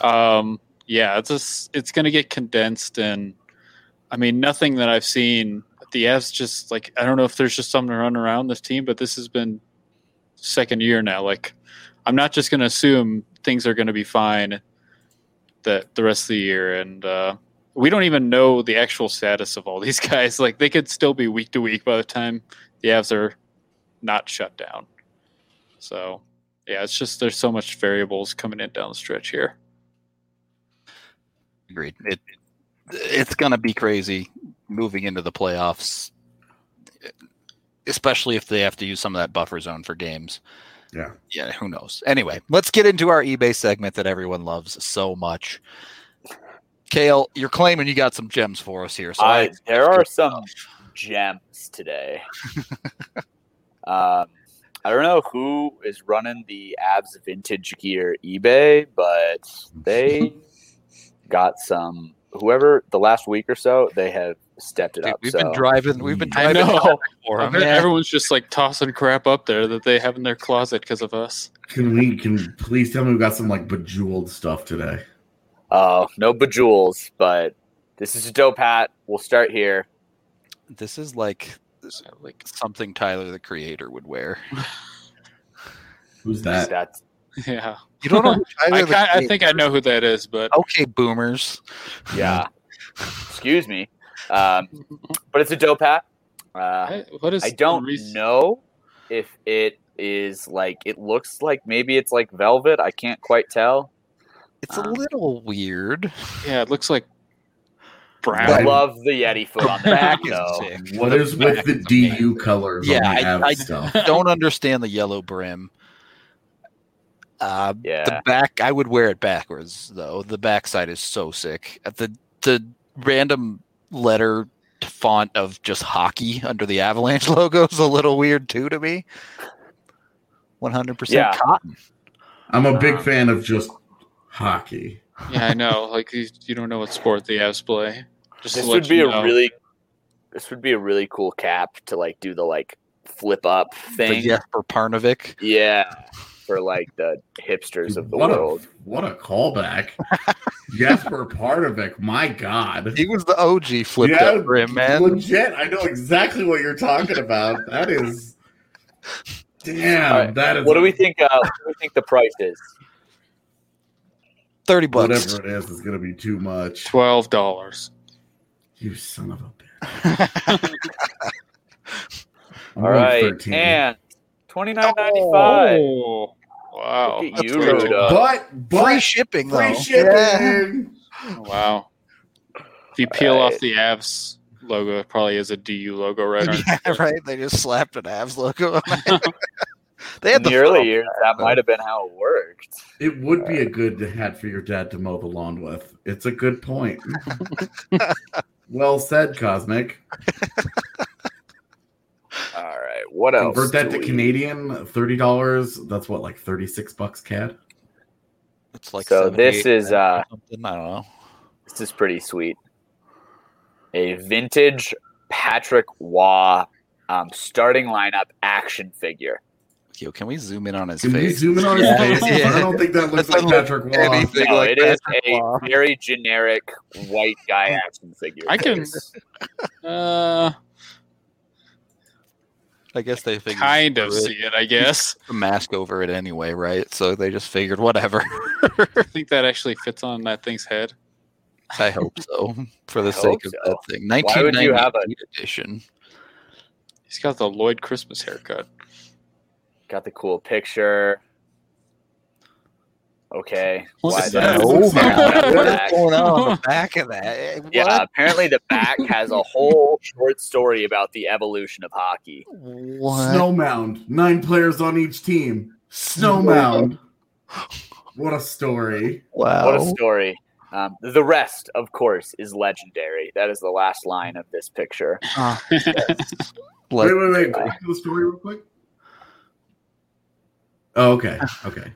Speaker 3: um, yeah, it's just, it's going to get condensed, and I mean, nothing that I've seen. The Avs just like I don't know if there's just something to run around this team, but this has been second year now. Like, I'm not just going to assume things are going to be fine that the rest of the year, and uh, we don't even know the actual status of all (laughs) these guys. Like, they could still be week to week by the time the Avs are not shut down. So, yeah, it's just there's so much variables coming in down the stretch here.
Speaker 1: Agreed. It, it's going to be crazy moving into the playoffs, especially if they have to use some of that buffer zone for games.
Speaker 2: Yeah.
Speaker 1: Yeah, who knows? Anyway, let's get into our eBay segment that everyone loves so much. Kale, you're claiming you got some gems for us here. So
Speaker 4: I,
Speaker 1: I,
Speaker 4: there are some gems
Speaker 1: (laughs)
Speaker 4: today. um, I don't know who is running the Abs Vintage Gear eBay, but
Speaker 1: (laughs)
Speaker 4: they got some. Whoever the last week or so, they have stepped it
Speaker 1: dude,
Speaker 4: up.
Speaker 1: we've
Speaker 4: so
Speaker 1: been driving. We've been
Speaker 3: I
Speaker 1: driving
Speaker 3: know.
Speaker 1: for
Speaker 3: I
Speaker 1: him.
Speaker 3: bet
Speaker 1: Yeah.
Speaker 3: Everyone's just like tossing crap up there that they have in their closet because of us. (laughs)
Speaker 2: Can we? Can please tell me we got some like bejeweled stuff today?
Speaker 4: uh, no bejewels, Oh, but This is a dope hat. We'll start here.
Speaker 1: This is like
Speaker 3: Like
Speaker 1: something Tyler the Creator would wear.
Speaker 2: Who's that?
Speaker 4: That's
Speaker 3: yeah,
Speaker 1: You don't know (laughs) who Tyler
Speaker 3: I,
Speaker 1: the
Speaker 3: ki- I
Speaker 1: Creator-
Speaker 3: think I know who that is, but
Speaker 4: Oh,
Speaker 1: Okay, boomers.
Speaker 4: yeah. (laughs) Excuse me. Um, but it's a dope hat. Uh,
Speaker 3: I, what is?
Speaker 4: I don't
Speaker 3: Reese-
Speaker 4: know if it is like it looks like maybe it's like velvet. I can't quite tell.
Speaker 1: It's a
Speaker 3: Uh-huh.
Speaker 4: Um,
Speaker 1: little weird.
Speaker 3: Yeah, it looks like brown.
Speaker 4: I
Speaker 2: Right.
Speaker 4: love the Yeti foot on
Speaker 3: (laughs)
Speaker 4: the back
Speaker 1: Is
Speaker 4: though.
Speaker 1: sick. (laughs)
Speaker 2: What is with the DU colors
Speaker 1: Yeah,
Speaker 2: on the
Speaker 1: I-
Speaker 2: Avs
Speaker 1: I-
Speaker 2: stuff?
Speaker 1: Don't understand the yellow brim. Uh,
Speaker 4: Yeah.
Speaker 1: The back, I would wear it backwards though. The backside is so sick. At the the random letter font of just hockey under the Avalanche (laughs) logo is a little weird too to me. One hundred percent
Speaker 4: Yeah.
Speaker 1: cotton.
Speaker 2: I'm a big fan of just hockey.
Speaker 3: yeah, I know. (laughs) Like you, you don't know what sport the Avs play. Just to
Speaker 4: This
Speaker 3: let
Speaker 4: would be
Speaker 3: you
Speaker 4: a
Speaker 3: know.
Speaker 4: really this would be a really cool cap to like do the like flip up
Speaker 1: The
Speaker 4: thing. Yeah.
Speaker 1: Jesper Parnovic.
Speaker 4: For like the hipsters of the
Speaker 2: What a
Speaker 4: world.
Speaker 2: what a callback. Jesper Partovic, my God.
Speaker 1: He was the OG flipped
Speaker 2: Yeah,
Speaker 1: up brim man.
Speaker 2: Legit, I know exactly what you're talking about. That is damn.
Speaker 4: All right,
Speaker 2: That is
Speaker 4: What do we think uh what do we think the price is?
Speaker 1: Thirty bucks.
Speaker 2: Whatever it is, is going to be too much.
Speaker 3: twelve dollars.
Speaker 2: You son of a bitch. I'm
Speaker 4: (laughs) All
Speaker 2: going
Speaker 4: right.
Speaker 2: 13.
Speaker 4: And twenty nine ninety five.
Speaker 3: Oh, wow!
Speaker 4: Look at
Speaker 3: That's
Speaker 4: you,
Speaker 3: way too-
Speaker 4: Rhoda.
Speaker 2: but but
Speaker 1: free shipping though.
Speaker 2: free shipping.
Speaker 1: Yeah.
Speaker 3: Wow! If you peel off
Speaker 4: Alright.
Speaker 3: the Avs logo, it probably is a DU logo,
Speaker 4: (laughs)
Speaker 3: right? on-
Speaker 1: Yeah, right. (laughs) They just slapped an Avs logo. on there. they
Speaker 4: In
Speaker 1: had the,
Speaker 4: the early
Speaker 1: font.
Speaker 4: years, that might have been how it worked.
Speaker 2: It would be a good hat for your dad to mow the lawn with. It's a good point. (laughs) well said, Cosmic.
Speaker 4: All right. What else?
Speaker 2: Convert that
Speaker 4: do
Speaker 2: to
Speaker 4: we-
Speaker 2: Canadian, thirty dollars. That's what, like thirty-six bucks CAD.
Speaker 1: It's like
Speaker 4: So this
Speaker 1: 78
Speaker 4: is, uh,
Speaker 1: something, I don't know.
Speaker 4: This is pretty sweet. A vintage Patrick Waugh um, starting lineup action figure.
Speaker 1: Yo, can we zoom in on his
Speaker 2: Can we
Speaker 1: face?
Speaker 2: zoom in on his
Speaker 1: Yeah.
Speaker 2: face?
Speaker 1: Yeah.
Speaker 2: I don't think that looks
Speaker 1: That
Speaker 2: like
Speaker 1: doesn't
Speaker 2: Patrick Waugh.
Speaker 1: anything. Big
Speaker 4: no,
Speaker 1: like
Speaker 4: it is a
Speaker 1: Waugh.
Speaker 4: very generic white guy action figure.
Speaker 3: I can-
Speaker 4: It's-
Speaker 3: Uh,
Speaker 1: I guess they figured
Speaker 3: kind of
Speaker 1: screw it.
Speaker 3: see it, I guess. (laughs)
Speaker 1: a mask over it anyway, right? So they just figured whatever. (laughs)
Speaker 3: I think that actually fits on that thing's head.
Speaker 1: I hope so. For the
Speaker 4: I
Speaker 1: sake
Speaker 4: hope
Speaker 1: of
Speaker 4: so.
Speaker 1: that thing.
Speaker 4: Why would you have a-
Speaker 1: 1998 edition.
Speaker 3: He's got the Lloyd Christmas haircut.
Speaker 4: Got the cool picture. Okay.
Speaker 3: What's
Speaker 4: Why
Speaker 3: that?
Speaker 4: the-
Speaker 2: Oh,
Speaker 1: man. (laughs) what is
Speaker 4: Back.
Speaker 1: going on on the back of that? Eh,
Speaker 4: Yeah,
Speaker 1: What?
Speaker 4: apparently the back has
Speaker 1: (laughs)
Speaker 4: a whole short story about the evolution of hockey.
Speaker 1: What?
Speaker 2: Snow mound. Nine players on each team. Snow
Speaker 1: (laughs)
Speaker 2: mound. What a story.
Speaker 1: Wow. (laughs)
Speaker 4: What a story. Um, the rest, of course, is legendary. That is the last line of this picture.
Speaker 2: Ah.
Speaker 1: Like,
Speaker 2: wait, wait, wait. Can you do the story real quick?
Speaker 1: (sighs)
Speaker 2: Oh, okay. Okay.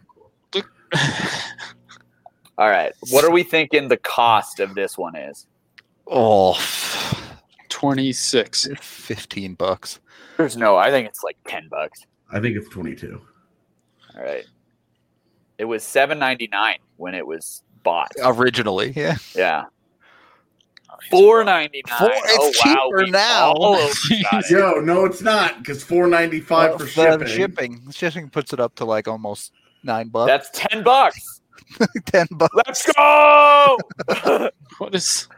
Speaker 4: All right. What are we thinking the cost of this one is?
Speaker 1: oh,
Speaker 3: 26.
Speaker 1: 15 bucks.
Speaker 4: There's no, I think it's like 10 bucks.
Speaker 2: I think it's 22.
Speaker 4: All right. It was 7.99 when it was bought.
Speaker 1: Originally, yeah.
Speaker 4: Yeah. 4.99.
Speaker 1: Four-
Speaker 4: oh
Speaker 1: it's
Speaker 4: wow.
Speaker 1: cheaper
Speaker 4: we
Speaker 1: now.
Speaker 4: all
Speaker 1: (laughs)
Speaker 4: overshot it.
Speaker 2: Yo, no, it's not because four ninety five for
Speaker 1: Well, the
Speaker 2: shipping.
Speaker 1: shipping. Shipping puts it up to like almost nine bucks,
Speaker 4: That's 10 bucks.
Speaker 1: (laughs) 10 bucks. (laughs)
Speaker 4: Let's go.
Speaker 3: What is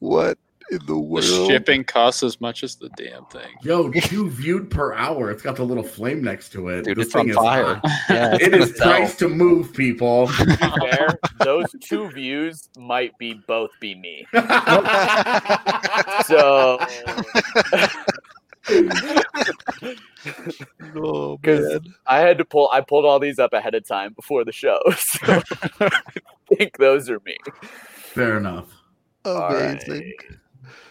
Speaker 1: What in the
Speaker 3: the
Speaker 1: world?
Speaker 3: shipping costs as much as the damn thing?
Speaker 2: Yo, two viewed per hour. It's got the little flame next to it.
Speaker 1: Dude,
Speaker 2: This
Speaker 1: it's on
Speaker 2: thing is
Speaker 1: fire.
Speaker 2: hot.
Speaker 1: Yeah, (laughs) it's
Speaker 2: It
Speaker 1: gonna
Speaker 2: is
Speaker 1: sell.
Speaker 2: priced to move, people.
Speaker 4: Fair. Those two views might be both be me.
Speaker 2: That's
Speaker 4: So
Speaker 1: (laughs) Oh,
Speaker 4: 'Cause-
Speaker 1: man.
Speaker 4: I had to pull. I pulled all these up ahead of time before the show. (laughs) So I think those are me.
Speaker 2: Fair enough.
Speaker 4: All right.
Speaker 1: Amazing.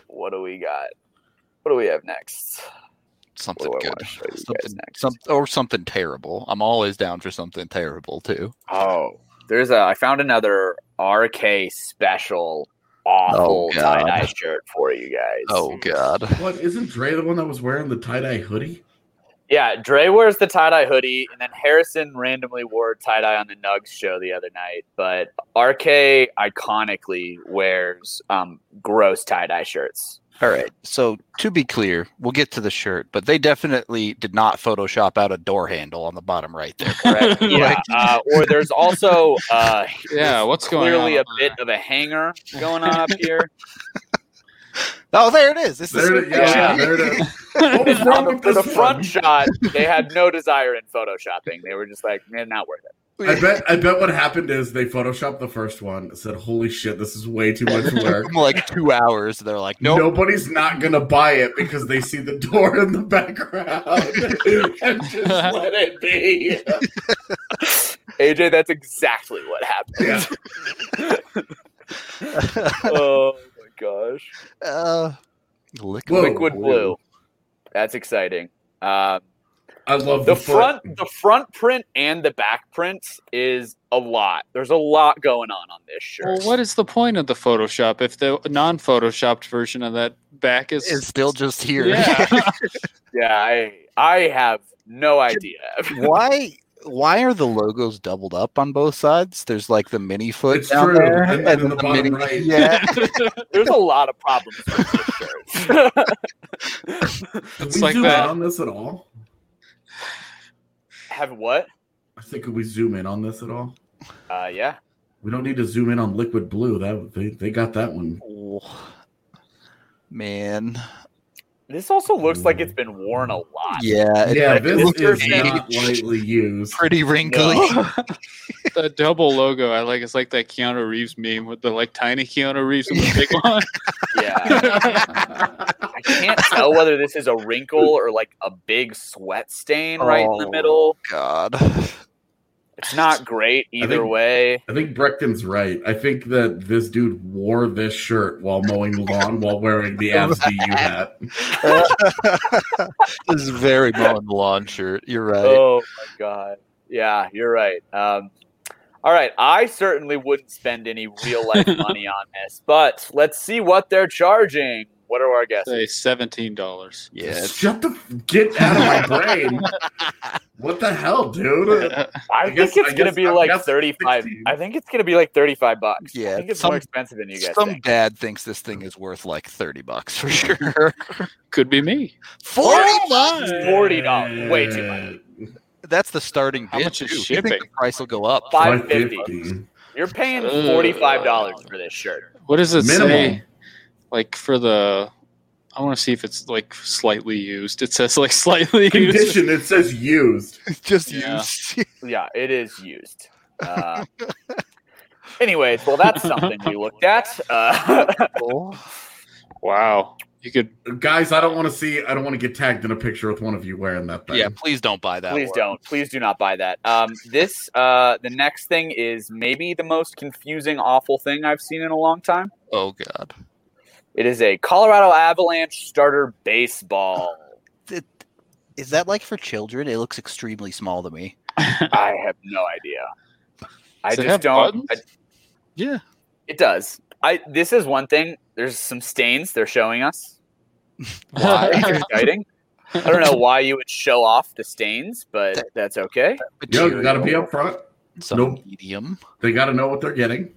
Speaker 4: What do we got? What do we have next?
Speaker 1: Something
Speaker 4: What do
Speaker 1: good.
Speaker 4: I want to show you guys
Speaker 1: Something,
Speaker 4: next?
Speaker 1: some, or something terrible. I'm always down for something terrible, too.
Speaker 4: Oh, there's a. I found another RK special
Speaker 1: Oh,
Speaker 4: awful
Speaker 1: God.
Speaker 4: tie dye shirt for you guys.
Speaker 1: Oh, God.
Speaker 2: What isn't Dre the one that was wearing the tie dye hoodie?
Speaker 4: Yeah, Dre wears the tie dye hoodie, and then Harrison randomly wore tie dye on the Nugs show the other night. But RK iconically wears um, gross tie dye shirts.
Speaker 1: All right. So to be clear, we'll get to the shirt, but they definitely did not Photoshop out a door handle on the bottom right there.
Speaker 3: (laughs)
Speaker 4: Correct? yeah. Uh, or there's also uh,
Speaker 3: Yeah, what's going
Speaker 4: clearly
Speaker 3: on?
Speaker 4: a bit of a hanger going on up here.
Speaker 1: (laughs) Oh, there it is. It's the
Speaker 2: There,
Speaker 1: same
Speaker 2: it- yeah,
Speaker 1: picture.
Speaker 2: there it is. What
Speaker 4: (laughs)
Speaker 2: was
Speaker 4: On
Speaker 2: wrong
Speaker 4: the,
Speaker 2: with
Speaker 4: Um, for
Speaker 2: this
Speaker 4: the
Speaker 2: one?
Speaker 4: front (laughs) shot, they had no desire in photoshopping. They were just like, man, not worth it.
Speaker 2: I bet I bet what happened is they photoshopped the first one, said, Holy shit, this is way too much
Speaker 1: Took
Speaker 2: work.
Speaker 1: 'em like two hours. They're like, (laughs) nope.
Speaker 2: Nobody's not gonna buy it because they see the door in the background (laughs) and just let it be.
Speaker 4: AJ, that's exactly what happened.
Speaker 2: Yeah.
Speaker 4: (laughs) oh my gosh.
Speaker 1: uh, liquid.
Speaker 2: Whoa.
Speaker 4: Liquid blue. That's exciting. Um,
Speaker 2: I love the,
Speaker 4: the front, the front print and the back print is a lot. There's a lot going on on this shirt.
Speaker 3: Well, what is the point of the Photoshop if the non-photoshopped version of that back is, (laughs)
Speaker 1: It's still just here.
Speaker 3: Yeah.
Speaker 1: (laughs)
Speaker 4: Yeah, I, I have no idea. (laughs)
Speaker 1: why? Why are the logos doubled up on both sides? There's like the mini foot
Speaker 2: It's
Speaker 1: down
Speaker 2: true,
Speaker 1: there,
Speaker 2: and then in the bottom
Speaker 1: mini,
Speaker 2: right. (laughs)
Speaker 1: Yeah, (sighs)
Speaker 4: There's a lot of problems with this shirt.
Speaker 2: Did
Speaker 3: It's
Speaker 2: we
Speaker 3: like
Speaker 2: zoom
Speaker 3: that-
Speaker 2: in on this at all?
Speaker 4: have what?
Speaker 2: I think could we zoom in on this at all?
Speaker 4: Uh, yeah.
Speaker 2: We don't need to zoom in on liquid blue. That they, they got that one.
Speaker 1: Oh, man.
Speaker 4: This also looks like it's been worn a lot.
Speaker 1: Yeah, it's
Speaker 2: Yeah,
Speaker 1: like
Speaker 2: this
Speaker 1: look
Speaker 2: is
Speaker 1: aged,
Speaker 2: not lightly used. (laughs)
Speaker 1: pretty wrinkly.
Speaker 3: the double logo? I like. It's like that Keanu Reeves meme with the like tiny Keanu Reeves and the big one.
Speaker 4: (laughs) Yeah. I can't tell whether this is a wrinkle or like a big sweat stain right in the
Speaker 1: Oh.
Speaker 4: middle.
Speaker 1: (laughs) God,
Speaker 4: It's not great either
Speaker 2: think-
Speaker 4: way.
Speaker 2: I think Brechton's right. I think that this dude wore this shirt while mowing the lawn while wearing
Speaker 4: (laughs)
Speaker 2: the abs BU hat.
Speaker 1: this is very mowing the lawn shirt. You're right.
Speaker 4: Oh my god. Yeah, you're right. Um, all right, I certainly wouldn't spend any
Speaker 1: (laughs)
Speaker 4: real life money on this, but let's see what they're charging. What are
Speaker 3: (laughs)
Speaker 4: our guesses?
Speaker 3: Say seventeen dollars.
Speaker 1: yeah,
Speaker 2: Shut the get out of my brain. What the hell, dude?
Speaker 4: I,
Speaker 2: guess-
Speaker 4: think
Speaker 2: I
Speaker 4: it's gonna
Speaker 2: guess-
Speaker 4: be
Speaker 2: I
Speaker 4: like
Speaker 2: guess
Speaker 4: thirty-five.
Speaker 2: 16.
Speaker 4: I think it's gonna be like thirty-five bucks.
Speaker 1: Yeah,
Speaker 4: I think it's
Speaker 1: some-
Speaker 4: more expensive than you guys
Speaker 1: Some
Speaker 4: think.
Speaker 1: dad thinks this thing is worth like thirty bucks for sure.
Speaker 3: (laughs) Could be me.
Speaker 1: (laughs) Forty bucks.
Speaker 4: $40. Way too much.
Speaker 1: That's the starting.
Speaker 3: How
Speaker 1: bid,
Speaker 3: much is
Speaker 1: too. You think
Speaker 3: shipping?
Speaker 1: the price will go up?
Speaker 4: Five
Speaker 2: $5.50.
Speaker 4: You're paying
Speaker 3: Ugh.
Speaker 4: forty-five dollars for this shirt.
Speaker 3: What does it
Speaker 2: Minimum.
Speaker 3: say? Like for the, I want to see if it's like slightly used. It says like (laughs) slightly used.
Speaker 2: Condition, it says used.
Speaker 1: (laughs) Just
Speaker 3: Yeah.
Speaker 1: used. (laughs)
Speaker 4: Yeah, it is used. Uh, anyways, well, that's something we looked at. Uh, (laughs)
Speaker 3: Wow. You could.
Speaker 2: Guys, I don't want to see I don't want to get tagged in a picture with one of you wearing that thing.
Speaker 1: yeah, please don't buy that.
Speaker 4: please
Speaker 1: one.
Speaker 4: don't please do not buy that um, this uh, the next thing is maybe the most confusing awful thing i've seen in a long time
Speaker 1: Oh God.
Speaker 4: it is a colorado avalanche starter (laughs) baseball
Speaker 1: It, is that like for children? It looks extremely small to me.
Speaker 4: i have no idea i
Speaker 3: Does it
Speaker 4: just
Speaker 3: have
Speaker 4: don't I,
Speaker 3: buttons? Yeah.
Speaker 4: it does i this is one thing there's some stains they're showing us
Speaker 3: (laughs)
Speaker 4: it's exciting i don't know why you would show off the stains but that's okay
Speaker 2: Yo, you gotta be up front.
Speaker 1: Some
Speaker 2: Nope.
Speaker 1: medium.
Speaker 2: They gotta know what they're getting.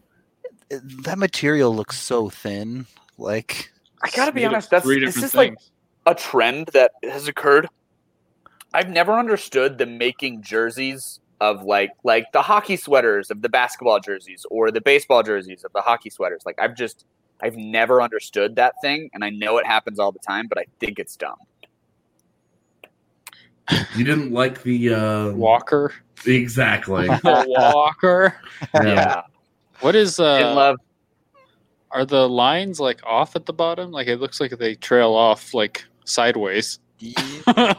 Speaker 1: Uh, That material looks so thin. Like
Speaker 4: i gotta be
Speaker 3: Made of
Speaker 4: honest that's
Speaker 3: three
Speaker 4: this
Speaker 3: different
Speaker 4: is like
Speaker 3: things.
Speaker 4: a trend that has occurred. I've never understood the making jerseys of like like the hockey sweaters of the basketball jerseys or the baseball jerseys of the hockey sweaters. Like I've just I've never understood that thing and I know it happens all the time, but I think it's dumb.
Speaker 2: You didn't like the uh
Speaker 4: (laughs)
Speaker 3: Walker.
Speaker 2: Exactly.
Speaker 3: A Walker.
Speaker 2: Yeah.
Speaker 3: What is uh?
Speaker 4: In love.
Speaker 3: Are the lines like off at the bottom? Like it looks like they trail off like sideways, (laughs)
Speaker 1: yeah,
Speaker 3: or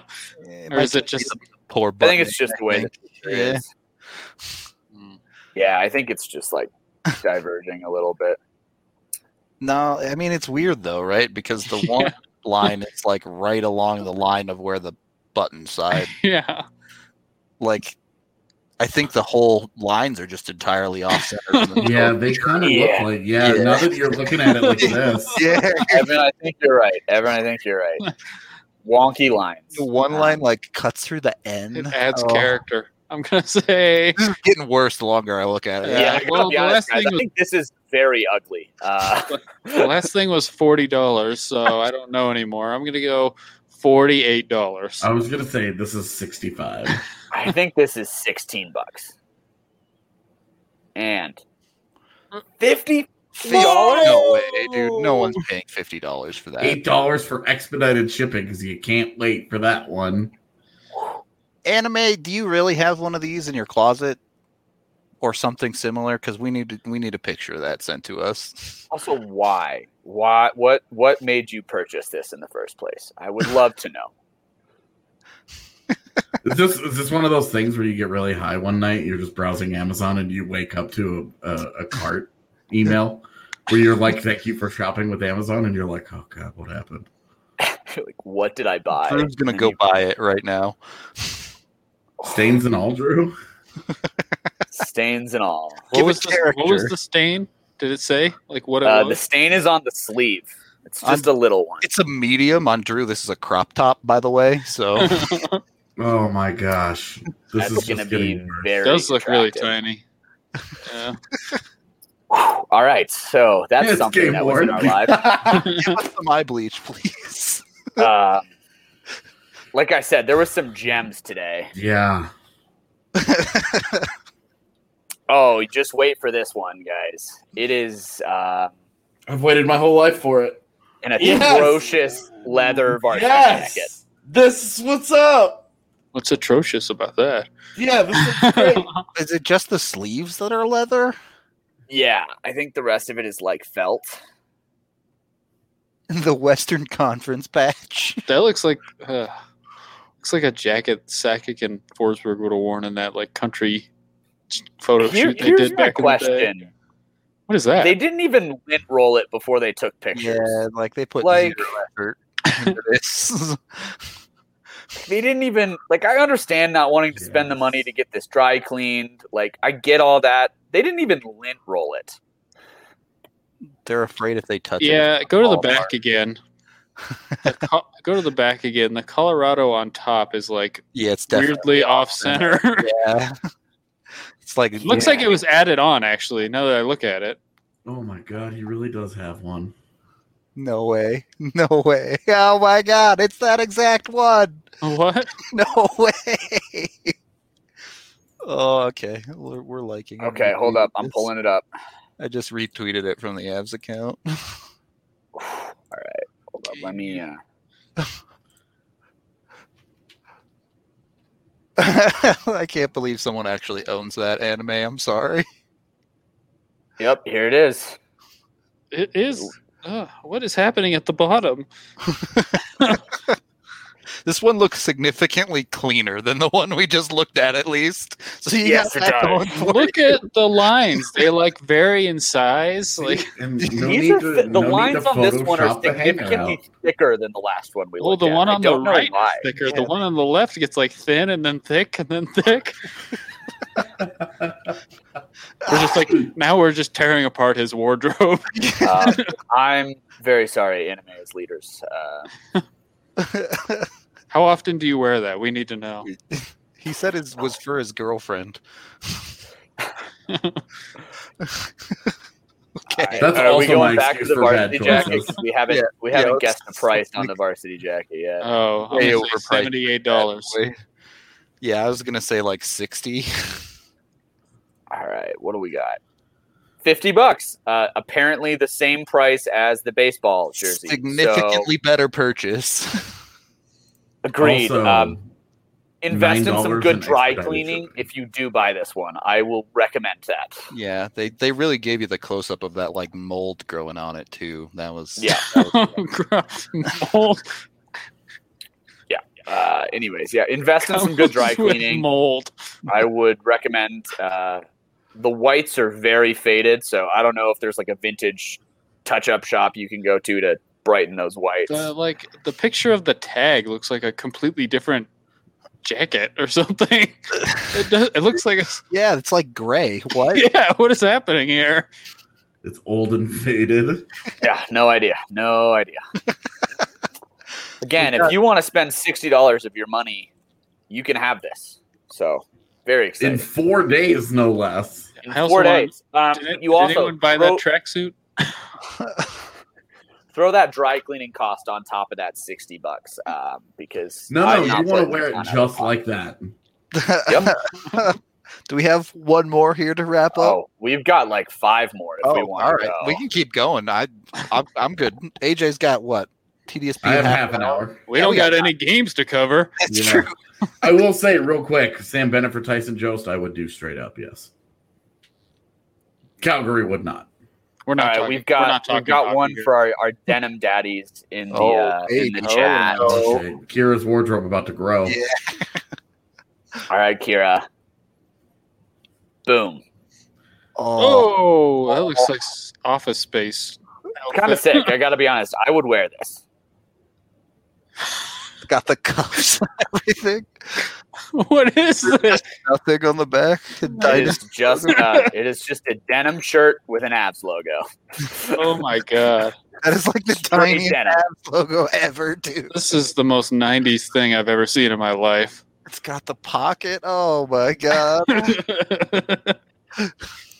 Speaker 1: it might
Speaker 3: is it just?
Speaker 1: be the poor?
Speaker 4: I
Speaker 1: button Hmm.
Speaker 4: think it's just the way the picture
Speaker 1: Yeah.
Speaker 4: is. Yeah, I think it's just like diverging a little
Speaker 3: (laughs)
Speaker 4: bit.
Speaker 1: No, I mean it's weird though, right? Because
Speaker 4: (laughs)
Speaker 1: the
Speaker 3: Yeah.
Speaker 1: one line is like right along the line of where the button side.
Speaker 3: Yeah,
Speaker 1: Like, I think the whole lines are just entirely off center. from the
Speaker 2: (laughs) Yeah,
Speaker 1: total
Speaker 2: they kind of
Speaker 4: Yeah.
Speaker 2: look like yeah,
Speaker 1: Yeah.
Speaker 2: Now that you're looking at it like this,
Speaker 1: picture. (laughs) yeah.
Speaker 4: Evan, I think you're right. Evan, I think you're right. wonky lines.
Speaker 1: The one line like cuts through the end.
Speaker 3: It adds
Speaker 1: Oh.
Speaker 3: character. I'm gonna (laughs) say
Speaker 1: This is getting worse the longer I look at it.
Speaker 3: Yeah,
Speaker 4: Yeah, I gotta
Speaker 3: well,
Speaker 4: be
Speaker 3: the
Speaker 4: honest,
Speaker 3: last
Speaker 4: guys,
Speaker 3: thing
Speaker 4: I
Speaker 3: was-
Speaker 4: think this is very ugly.
Speaker 3: (laughs)
Speaker 4: Uh,
Speaker 3: the last thing was forty dollars, so I don't know anymore. I'm gonna go forty-eight dollars.
Speaker 2: I was gonna say this is sixty-five.
Speaker 4: I think this is 16 bucks. And 50
Speaker 1: Fifty- No way, dude. No one's paying fifty dollars for that.
Speaker 2: Eight dollars for expedited shipping because you can't wait for that one.
Speaker 1: Anime, do you really have one of these in your closet or something similar? Because we need to, we need a picture of that sent to us.
Speaker 4: Also, why? Why? What? What made you purchase this in the first place? I would love to know.
Speaker 2: Is this is this one of those things where you get really high one night, you're just browsing Amazon, and you wake up to a, a, a cart email where you're like, "Thank you for shopping with Amazon," and you're like, "Oh God, what happened?"
Speaker 4: like, what did I buy?
Speaker 1: Drew's gonna
Speaker 4: And
Speaker 1: go
Speaker 4: you-
Speaker 1: buy it right now.
Speaker 2: Stains and all, Drew.
Speaker 4: stains and all.
Speaker 1: Give it
Speaker 3: What was, the, what was
Speaker 1: character.
Speaker 3: the stain? Did it say like what it
Speaker 4: Uh, the
Speaker 3: was?
Speaker 4: stain is on the sleeve. It's just a little one.
Speaker 1: It's a medium on Drew. This is a crop top, by the way.
Speaker 4: (laughs)
Speaker 1: So
Speaker 2: Oh my gosh, this
Speaker 4: That's
Speaker 2: is
Speaker 4: gonna
Speaker 2: just
Speaker 4: be
Speaker 2: getting worse.
Speaker 4: very.
Speaker 3: It does look really
Speaker 4: attractive.
Speaker 3: tiny. Yeah.
Speaker 4: Whew. All right, so that's
Speaker 2: It's
Speaker 4: something
Speaker 2: Game
Speaker 4: that was in our
Speaker 2: Boy.
Speaker 4: life.
Speaker 2: (laughs)
Speaker 1: give us some eye bleach, please.
Speaker 4: Uh, like I said, there was some gems today.
Speaker 2: yeah.
Speaker 4: Oh, just wait for this one, guys. It is uh,
Speaker 5: I've waited my whole life for it.
Speaker 4: an
Speaker 5: Yes.
Speaker 4: atrocious leather varsity jacket.
Speaker 5: Yes, this is what's up.
Speaker 3: What's atrocious about that?
Speaker 5: Yeah, this is great.
Speaker 1: Is it just the sleeves that are leather? (laughs)
Speaker 4: Yeah, I think the rest of it is like felt.
Speaker 1: The Western Conference patch.
Speaker 3: that looks like uh, looks like a jacket Sakic and Forsberg would have worn in that like country photo
Speaker 4: Here-
Speaker 3: shoot they
Speaker 4: here's
Speaker 3: did
Speaker 4: my
Speaker 3: back in the day.
Speaker 4: question:
Speaker 3: What is that?
Speaker 4: They didn't even lint roll it before they took pictures.
Speaker 1: Yeah, like they put
Speaker 4: Like-
Speaker 1: zero effort into this. (laughs)
Speaker 4: They didn't even like. I understand not wanting to spend the money to get this dry cleaned. Like I get all that. They didn't even lint roll it.
Speaker 1: They're afraid if they touch it.
Speaker 3: yeah, go to the
Speaker 1: all
Speaker 3: back
Speaker 1: apart.
Speaker 3: again. The co- go to the back again. The Colorado on top is like
Speaker 1: Yeah, it's definitely
Speaker 3: weirdly off center.
Speaker 1: (laughs)
Speaker 3: (laughs)
Speaker 1: yeah. It's like
Speaker 3: looks like it was added on actually. Now that I look at it, (laughs)
Speaker 2: Oh my God, he really does have one.
Speaker 1: no way, (laughs) no way. Oh my god, it's that exact one. (laughs)
Speaker 3: what?
Speaker 1: No way. (laughs) oh, okay. We're, we're liking. it.
Speaker 4: Okay, hold up. I'm
Speaker 1: This-
Speaker 4: pulling it up. (sighs)
Speaker 1: I just retweeted it from the Avs account. (laughs)
Speaker 4: All right, hold up. Let me. Uh,
Speaker 1: I can't believe someone actually owns that anime. I'm sorry.
Speaker 4: yep, here it is.
Speaker 3: It is. Uh, what is happening at the bottom?
Speaker 1: This one looks significantly cleaner than the one we just looked at, at least. So you
Speaker 4: Yes,
Speaker 1: got
Speaker 4: it
Speaker 1: that
Speaker 4: does.
Speaker 1: going for
Speaker 3: Look at the lines. They like vary in size. Like
Speaker 2: and
Speaker 4: These are, fi- the lines on this one are
Speaker 2: Photoshop the hangout.
Speaker 4: (clears throat) significantly thicker than the last one we
Speaker 3: Well,
Speaker 4: looked
Speaker 3: oh, the
Speaker 4: at.
Speaker 3: one
Speaker 4: I
Speaker 3: on the
Speaker 4: don't know
Speaker 3: right (laughs)
Speaker 4: why.
Speaker 3: is thicker.
Speaker 1: Yeah.
Speaker 3: The one on the left gets like thin and then thick and then
Speaker 4: (laughs)
Speaker 3: thick. We're just like now we're just tearing apart his wardrobe. (laughs)
Speaker 4: Um, I'm very sorry, anime as leaders. Uh,
Speaker 3: How often do you wear that? We need to know.
Speaker 1: he said it was for his girlfriend. okay.
Speaker 4: all right.
Speaker 2: That's
Speaker 4: Are we
Speaker 2: also
Speaker 4: going
Speaker 2: my
Speaker 4: back to
Speaker 2: excuse
Speaker 4: the
Speaker 2: for bad
Speaker 4: varsity jacket?
Speaker 2: choices.
Speaker 4: We haven't
Speaker 1: Yeah.
Speaker 4: we
Speaker 1: Yeah,
Speaker 4: haven't
Speaker 1: let's-
Speaker 4: guessed the price on
Speaker 1: let's-
Speaker 4: the varsity jacket yet.
Speaker 3: Oh, I'm
Speaker 1: Way
Speaker 3: gonna say
Speaker 1: overpriced.
Speaker 3: seventy-eight dollars.
Speaker 1: Wait. Yeah, I was gonna say like sixty.
Speaker 4: All right, what do we got? Fifty bucks. Uh, apparently, the same price as the baseball jersey. So,
Speaker 1: Significantly better purchase. (laughs)
Speaker 4: agreed.
Speaker 2: Also,
Speaker 4: um, invest in some
Speaker 2: $9
Speaker 4: good
Speaker 2: in
Speaker 4: dry
Speaker 2: expedited
Speaker 4: cleaning
Speaker 2: shipping.
Speaker 4: if you do buy this one. I will recommend that.
Speaker 1: yeah, they they really gave you the close up of that like mold growing on it too. That was
Speaker 4: Yeah.
Speaker 3: (laughs) mold.
Speaker 4: Uh, anyways, yeah, invest in some good dry
Speaker 3: comes with
Speaker 4: cleaning.
Speaker 3: Mold.
Speaker 4: I would recommend. Uh, the whites are very faded, so I don't know if there's like a vintage touch-up shop you can go to to brighten those whites.
Speaker 3: The, like the picture of the tag looks like a completely different jacket or (laughs) something. It does. It looks like a,
Speaker 1: (laughs) yeah, it's like gray.
Speaker 4: (laughs)
Speaker 1: What?
Speaker 3: yeah. What is happening here?
Speaker 2: It's old and faded. (laughs)
Speaker 4: yeah, no idea, no idea. Again, if you want to spend sixty dollars of your money, you can have this. So very
Speaker 2: in
Speaker 4: excited.
Speaker 2: four days, no less.
Speaker 4: In,
Speaker 3: I also
Speaker 4: four
Speaker 3: wanna-
Speaker 4: days. Um,
Speaker 3: Did, it,
Speaker 4: you
Speaker 3: did
Speaker 4: also
Speaker 3: anyone buy
Speaker 4: throw,
Speaker 3: that tracksuit?
Speaker 4: throw that dry cleaning cost on top of that sixty bucks um, because
Speaker 2: No, no,
Speaker 4: I'm
Speaker 2: you
Speaker 4: not
Speaker 2: want to
Speaker 4: putting
Speaker 2: wear it
Speaker 4: on a-
Speaker 2: just like that.
Speaker 1: (laughs)
Speaker 4: Yep.
Speaker 1: Do we have one more here to wrap up? Oh,
Speaker 4: Oh, we've got like five more Oh, if
Speaker 3: Oh,
Speaker 4: we want.
Speaker 1: all
Speaker 4: To
Speaker 1: right.
Speaker 4: go.
Speaker 1: We can keep going. I, I'm, I'm good. AJ's got what? TDSP.
Speaker 2: I have half an hour.
Speaker 3: We
Speaker 1: Yeah,
Speaker 3: don't
Speaker 1: we
Speaker 3: got any games to cover.
Speaker 1: That's
Speaker 2: Yeah.
Speaker 1: true.
Speaker 2: (laughs) I will say real quick, Sam Bennett for Tyson Jost, I would do straight up, yes. Calgary would not.
Speaker 3: We're not.
Speaker 4: All right,
Speaker 3: talking,
Speaker 4: we've
Speaker 3: we're
Speaker 4: got
Speaker 3: not
Speaker 4: we've
Speaker 3: talking
Speaker 4: got
Speaker 3: hockey
Speaker 4: one
Speaker 3: here.
Speaker 4: for our, our denim daddies in the
Speaker 1: Oh,
Speaker 4: uh, in the
Speaker 1: hey,
Speaker 4: chat.
Speaker 1: oh,
Speaker 2: Okay. Kira's wardrobe about to grow.
Speaker 1: Yeah.
Speaker 4: All right, Kira. Boom.
Speaker 1: Oh,
Speaker 3: Oh, that looks like s- Office Space. Oh,
Speaker 4: Kind of sick. I got to be honest. I would wear this.
Speaker 3: Oh.
Speaker 1: got the cuffs and (laughs) everything.
Speaker 3: (laughs) what is this?
Speaker 1: Nothing on the back.
Speaker 4: It is just uh, it is just a denim shirt with an abs logo.
Speaker 3: Oh my god,
Speaker 1: That is like the
Speaker 4: Straight
Speaker 1: tiniest
Speaker 4: denim.
Speaker 1: abs logo ever, dude.
Speaker 3: this is the most '90s thing I've ever seen in my life.
Speaker 1: It's got the pocket. Oh my
Speaker 3: (laughs)
Speaker 1: god.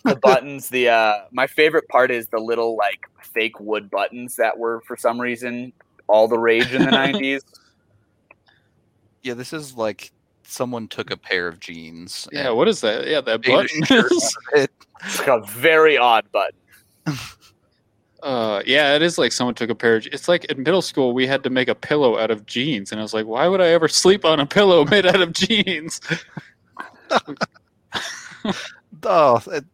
Speaker 4: The buttons, the uh, my favorite part is the little like fake wood buttons that were for some reason all the
Speaker 3: (laughs)
Speaker 4: rage in the nineties.
Speaker 1: yeah, this is like someone took a pair of jeans.
Speaker 3: yeah,
Speaker 1: and
Speaker 3: what is that? Yeah, that
Speaker 1: made a
Speaker 3: button. (laughs)
Speaker 1: shirt out of it.
Speaker 4: It's a very odd button.
Speaker 3: Uh, yeah, it is like someone took a pair of. It's like in middle school we had to make a pillow out of jeans, and I was like, why would I ever sleep on a pillow (laughs) made out of jeans?
Speaker 1: Oh, it-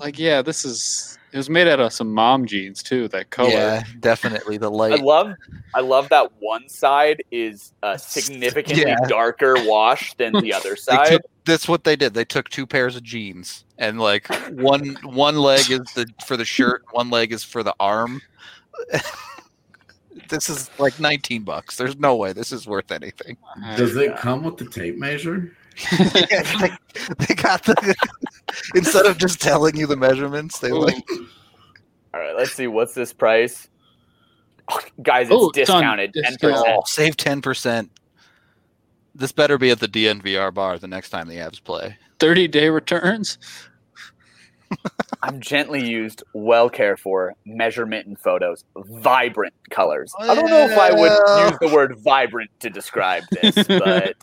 Speaker 3: Like, yeah, this is. It was made out of some mom jeans too. That color.
Speaker 1: yeah, definitely the
Speaker 4: I
Speaker 1: light.
Speaker 4: love I love that one side is a significantly
Speaker 1: Yeah.
Speaker 4: darker wash than
Speaker 3: (laughs)
Speaker 4: the other
Speaker 1: They
Speaker 4: side.
Speaker 1: took- that's what they did. They took two pairs of jeans and like one one leg is the for the shirt, one leg is for the arm. (laughs) this is like 19 bucks. There's no way this is worth anything.
Speaker 3: Uh,
Speaker 2: Does it come with the tape measure?
Speaker 1: Yeah, they, they got the (laughs) instead of just telling you the measurements, they like
Speaker 4: All right, let's see what's this price. Oh, guys, it's
Speaker 3: Oh, it's on
Speaker 4: discounted ten
Speaker 3: discount.
Speaker 4: percent.
Speaker 1: Oh, save ten percent. This better be at the DNVR bar the next time the Avs play.
Speaker 3: thirty day returns?
Speaker 4: I'm gently used, well cared for, measurement and photos, vibrant colors. I don't know if I
Speaker 1: Well.
Speaker 4: would use the word vibrant to describe
Speaker 3: (laughs)
Speaker 4: this, but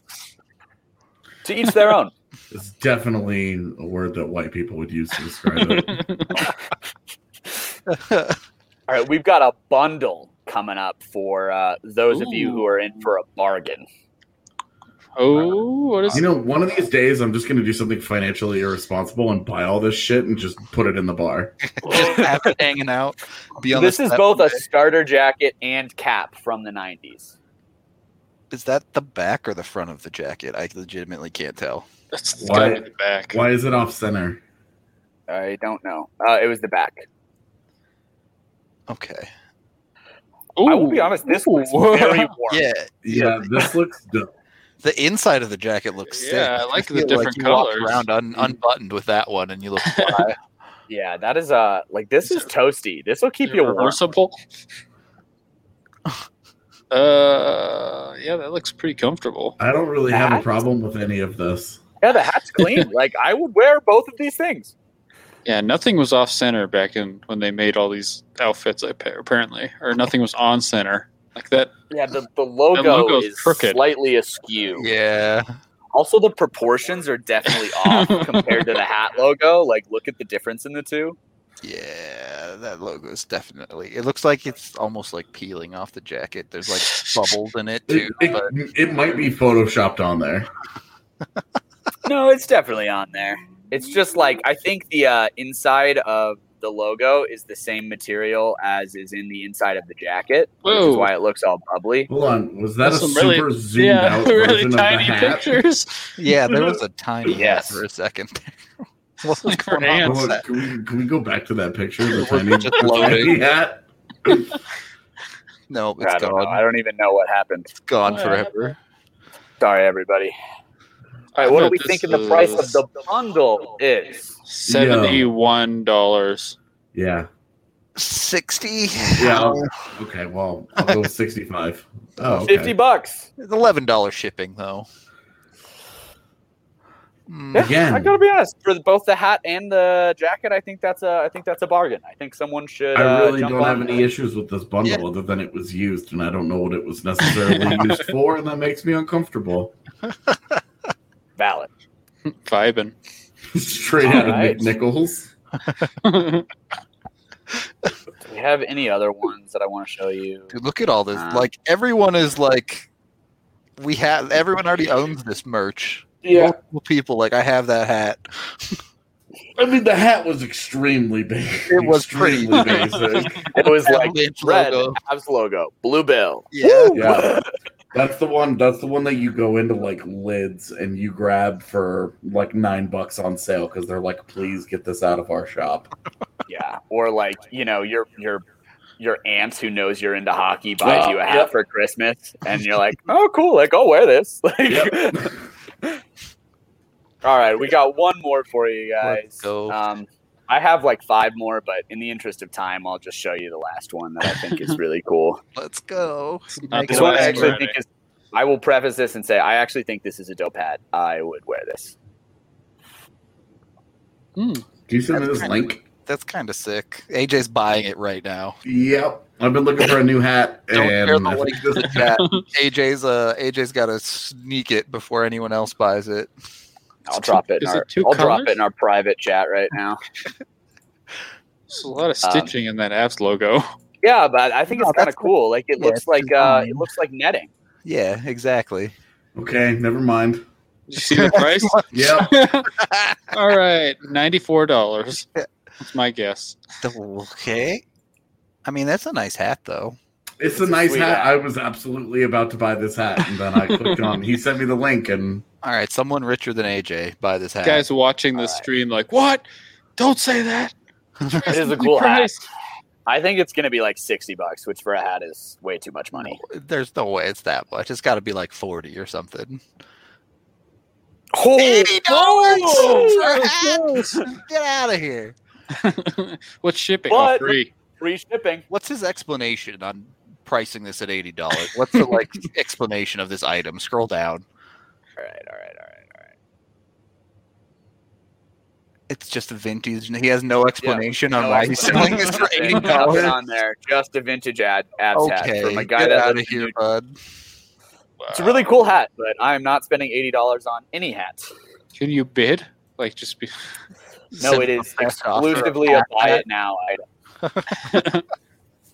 Speaker 4: to each their own.
Speaker 2: It's definitely a word that white people would use to describe it.
Speaker 3: (laughs)
Speaker 4: All right, we've got a bundle coming up for uh, those of you who are in for a bargain.
Speaker 3: Oh, what is
Speaker 2: you know, one of these days I'm just gonna do something financially irresponsible and buy all this shit and just put it in the bar.
Speaker 1: just after hanging out. Be on
Speaker 4: This
Speaker 1: the
Speaker 4: is
Speaker 1: step-
Speaker 4: both a starter jacket and cap from the 90s.
Speaker 1: Is that the back or the front of the jacket? I legitimately can't tell.
Speaker 3: That's
Speaker 2: Why-
Speaker 3: gotta be the back.
Speaker 2: Why is it off center?
Speaker 4: I don't know. Uh, it was the back.
Speaker 1: Okay.
Speaker 4: I will be
Speaker 3: Ooh.
Speaker 4: honest, this
Speaker 3: Ooh.
Speaker 4: looks very warm.
Speaker 1: Yeah,
Speaker 2: Yeah, this looks dope.
Speaker 1: the inside of the jacket looks. sick.
Speaker 3: Yeah, I like the
Speaker 1: feel
Speaker 3: different
Speaker 1: you walk
Speaker 3: colors.
Speaker 1: around un- unbuttoned with that one, and you
Speaker 3: (laughs)
Speaker 1: look. fly.
Speaker 4: Yeah, that is uh like this is toasty. This will keep you warm.
Speaker 3: reversible. uh, yeah, that looks pretty comfortable.
Speaker 2: I don't really have a
Speaker 4: That?
Speaker 2: problem with any of this.
Speaker 4: Yeah, the hat's clean. like I would wear both of these things.
Speaker 3: Yeah, nothing was off center back in when they made all these outfits. appa- Apparently, or nothing was on center like that.
Speaker 4: Yeah, the, the logo
Speaker 3: logo's
Speaker 4: is
Speaker 3: crooked.
Speaker 4: slightly askew.
Speaker 1: yeah,
Speaker 4: Also, the proportions are definitely off compared to the hat logo. Like, look at the difference in the two.
Speaker 1: yeah. That logo is definitely. It looks like it's almost like peeling off the jacket. There's like bubbles in it too.
Speaker 2: It, it-
Speaker 1: but
Speaker 2: it might be photoshopped on there.
Speaker 4: No, it's definitely on there. It's just like I think the uh, inside of the logo is the same material as is in the inside of the jacket, which
Speaker 3: Whoa.
Speaker 4: is why it looks all bubbly.
Speaker 2: Hold on, was that
Speaker 3: That's
Speaker 2: a
Speaker 3: some really-
Speaker 2: super zoomed
Speaker 3: (laughs)
Speaker 2: (laughs) out version of the hat?
Speaker 3: pictures.
Speaker 1: Yeah, there was a tiny hat
Speaker 4: (laughs) Yes.
Speaker 1: for a second. (laughs) what was
Speaker 3: For
Speaker 1: going on
Speaker 3: ants.
Speaker 1: with
Speaker 2: Hold on,
Speaker 1: that?
Speaker 2: Oh, can, we, can we go back to that picture? The
Speaker 1: We're
Speaker 2: tiny,
Speaker 1: just
Speaker 2: the tiny
Speaker 1: loading.
Speaker 2: hat.
Speaker 1: No,
Speaker 4: I
Speaker 1: it's
Speaker 4: don't know. I
Speaker 1: gone.
Speaker 4: don't even know what happened.
Speaker 1: It's gone
Speaker 3: What
Speaker 1: forever.
Speaker 4: Sorry, everybody. All right, what are we thinking the price of the bundle is?
Speaker 3: Seventy-one dollars.
Speaker 2: Yeah,
Speaker 1: sixty.
Speaker 2: (laughs) Yeah. Okay. Well, I'll go with 65. Oh, okay.
Speaker 4: 50 bucks.
Speaker 1: It's eleven dollars shipping though. Hmm.
Speaker 4: Yeah,
Speaker 2: Again.
Speaker 4: I gotta be honest. For the, both the hat and the jacket, I think that's a I think that's a bargain. I think someone should.
Speaker 2: I
Speaker 4: uh,
Speaker 2: really
Speaker 4: jump
Speaker 2: don't
Speaker 4: on
Speaker 2: have
Speaker 4: that.
Speaker 2: any issues with this bundle other than it was used, and I don't know what it was (laughs) necessarily used for, and that makes me uncomfortable. (laughs)
Speaker 4: valid.
Speaker 3: (laughs) Vibing.
Speaker 2: Straight out of
Speaker 4: Alright.
Speaker 2: Nick Nichols.
Speaker 4: Do you have any other ones that I want to show you?
Speaker 1: Dude, look at all this.
Speaker 4: Uh.
Speaker 1: Like everyone is like, we have everyone already owns this merch.
Speaker 5: Yeah.
Speaker 1: Multiple people like I have that hat.
Speaker 2: I mean, the hat was extremely basic.
Speaker 1: It was pretty.
Speaker 4: (laughs)
Speaker 2: extremely basic.
Speaker 4: It was like
Speaker 1: Avalanche
Speaker 4: red
Speaker 1: logo.
Speaker 4: Habs logo, blue bill.
Speaker 1: Yeah.
Speaker 2: Yeah, that's the one. That's the one that you go into like lids and you grab for like nine bucks on sale because they're like, please get this out of our shop.
Speaker 4: (laughs) Yeah, or like you know your your your aunt who knows you're into hockey buys
Speaker 5: Oh,
Speaker 4: you a hat
Speaker 5: yep.
Speaker 4: for Christmas, and you're like, (laughs) oh cool, like I'll wear this. (laughs) Like,
Speaker 2: Yep.
Speaker 4: (laughs) all right, we got one more for you guys.
Speaker 1: Let's go.
Speaker 4: Um, I have like five more, but in the interest of time, I'll just show you the last one that I think
Speaker 1: (laughs)
Speaker 4: is really cool.
Speaker 1: Let's go.
Speaker 3: not
Speaker 1: Make
Speaker 4: This
Speaker 1: it
Speaker 4: one I
Speaker 1: last
Speaker 4: actually
Speaker 1: forever.
Speaker 4: think is. I will preface this and say I actually think this is a dope hat. I would wear this.
Speaker 2: Do you send me
Speaker 1: That's
Speaker 2: this
Speaker 1: kinda-
Speaker 2: link?
Speaker 1: That's kind of sick. AJ's buying it right now.
Speaker 2: Yep. I've been looking for a new hat,
Speaker 1: Don't share
Speaker 2: and
Speaker 1: the
Speaker 2: I think
Speaker 1: link to the (laughs) chat. AJ's uh AJ's got to sneak it before anyone else buys it.
Speaker 4: I'll
Speaker 3: It's
Speaker 4: drop
Speaker 3: two-
Speaker 4: it. In
Speaker 3: is it
Speaker 4: our,
Speaker 3: two
Speaker 4: I'll drop
Speaker 3: colors?
Speaker 4: it in our private chat right now.
Speaker 3: There's a lot of
Speaker 4: Um,
Speaker 3: stitching in that abs logo.
Speaker 4: Yeah, but I think
Speaker 1: No,
Speaker 4: it's kind
Speaker 1: that's
Speaker 4: of cool. Like it
Speaker 1: yeah,
Speaker 4: looks
Speaker 1: it's
Speaker 4: like uh,
Speaker 1: design.
Speaker 4: it looks like netting.
Speaker 1: Yeah, exactly.
Speaker 2: (laughs) Okay, never mind.
Speaker 3: Did you see
Speaker 4: (laughs)
Speaker 3: the price?
Speaker 1: (laughs)
Speaker 2: Yep.
Speaker 3: (laughs) All right, ninety-four dollars. That's my guess.
Speaker 1: Okay. I mean, that's a nice hat though.
Speaker 2: It's, a
Speaker 4: a
Speaker 2: nice
Speaker 4: sweet
Speaker 2: hat.
Speaker 4: hat.
Speaker 2: I was absolutely about to buy this hat, and then I clicked on. He sent me the link, and
Speaker 1: All right, someone richer than AJ buy this hat.
Speaker 3: Guys watching this
Speaker 4: All right.
Speaker 3: stream, like, what? Don't say that.
Speaker 4: It is a cool hat. I think it's gonna be like sixty bucks, which for a hat is way too much money.
Speaker 1: There's no way it's that much. It's got to be like forty or something.
Speaker 4: Oh,
Speaker 1: $80
Speaker 3: Oh,
Speaker 1: for a hat? Get out of here.
Speaker 3: What's shipping?
Speaker 4: What?
Speaker 3: Oh, free.
Speaker 4: (laughs) free shipping.
Speaker 1: What's his explanation on pricing this at eighty dollars? What's the
Speaker 4: (laughs)
Speaker 1: like explanation of this item? Scroll down.
Speaker 4: All right, all right, all right, all right.
Speaker 1: It's just a vintage. He has no explanation on
Speaker 4: No (laughs)
Speaker 1: why he's selling this for eighty
Speaker 4: explanation. Nothing
Speaker 1: dollars.
Speaker 4: on there. Just a vintage ad, abs hat
Speaker 1: Okay,
Speaker 4: from a guy
Speaker 1: get
Speaker 4: that
Speaker 1: out
Speaker 4: lives
Speaker 1: of
Speaker 4: in
Speaker 1: here,
Speaker 4: New-
Speaker 1: bud.
Speaker 4: It's a really cool hat, but I am not spending eighty dollars on any hat.
Speaker 3: Can you bid? Like, just be. (laughs)
Speaker 4: No,
Speaker 1: Send
Speaker 4: it
Speaker 1: him
Speaker 4: is
Speaker 1: a best offer.
Speaker 4: exclusively a buy it now item.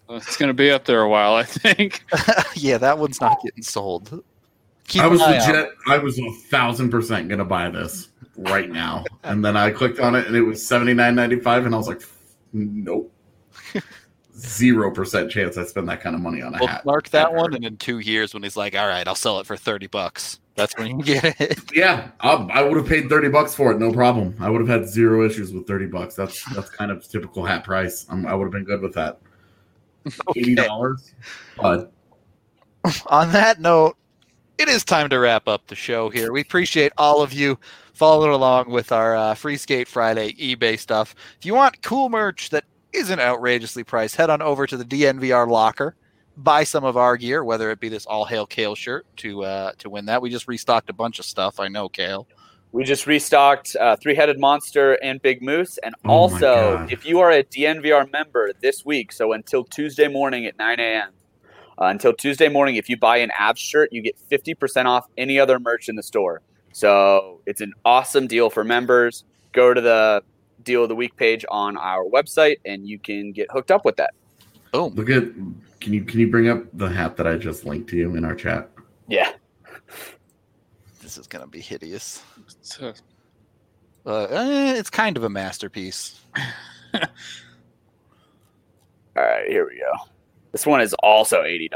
Speaker 3: It's gonna be up there a while, I think.
Speaker 1: (laughs) yeah, that one's not getting sold. Keep
Speaker 2: I was
Speaker 1: an eye out.
Speaker 2: legit. I was a thousand percent gonna buy this right now, and then I clicked on it, and it was seventy nine ninety five, and I was like,
Speaker 1: (laughs)
Speaker 2: nope, zero percent chance I spend that kind of money on a hat.
Speaker 1: Bookmark that
Speaker 2: ever.
Speaker 1: one, and in two years, when he's like, "All right, I'll sell it for thirty bucks," that's when you get it.
Speaker 2: Yeah, I, I would have paid thirty bucks for it, no problem. I would have had zero issues with thirty bucks. That's that's kind of typical hat price. i I would have been good with that. Eighty dollars, but
Speaker 1: on that note, it is time to wrap up the show here. We appreciate all of you following along with our uh, Free Skate Friday eBay stuff. If you want cool merch that isn't outrageously priced, head on over to the DNVR locker, buy some of our gear, whether it be this All Hail Kale shirt to uh, to win that. We just restocked a bunch of stuff. I know, Kale.
Speaker 4: We just restocked uh, Three Headed Monster and Big Moose. And
Speaker 2: Oh my
Speaker 4: also,
Speaker 2: God.
Speaker 4: if you are a DNVR member this week, so until Tuesday morning at 9 a.m., uh, until Tuesday morning, if you buy an Abs shirt, you get 50% off any other merch in the store. So it's an awesome deal for members. Go to the deal of the week page on our website and you can get hooked up with that.
Speaker 1: Boom.
Speaker 2: look at can you can you bring up the hat that I just linked to you in our chat?
Speaker 4: Yeah.
Speaker 1: This is going to be hideous.
Speaker 3: It's, uh,
Speaker 1: Uh, eh, it's kind of a masterpiece.
Speaker 4: All right, here we go. This one is also $80.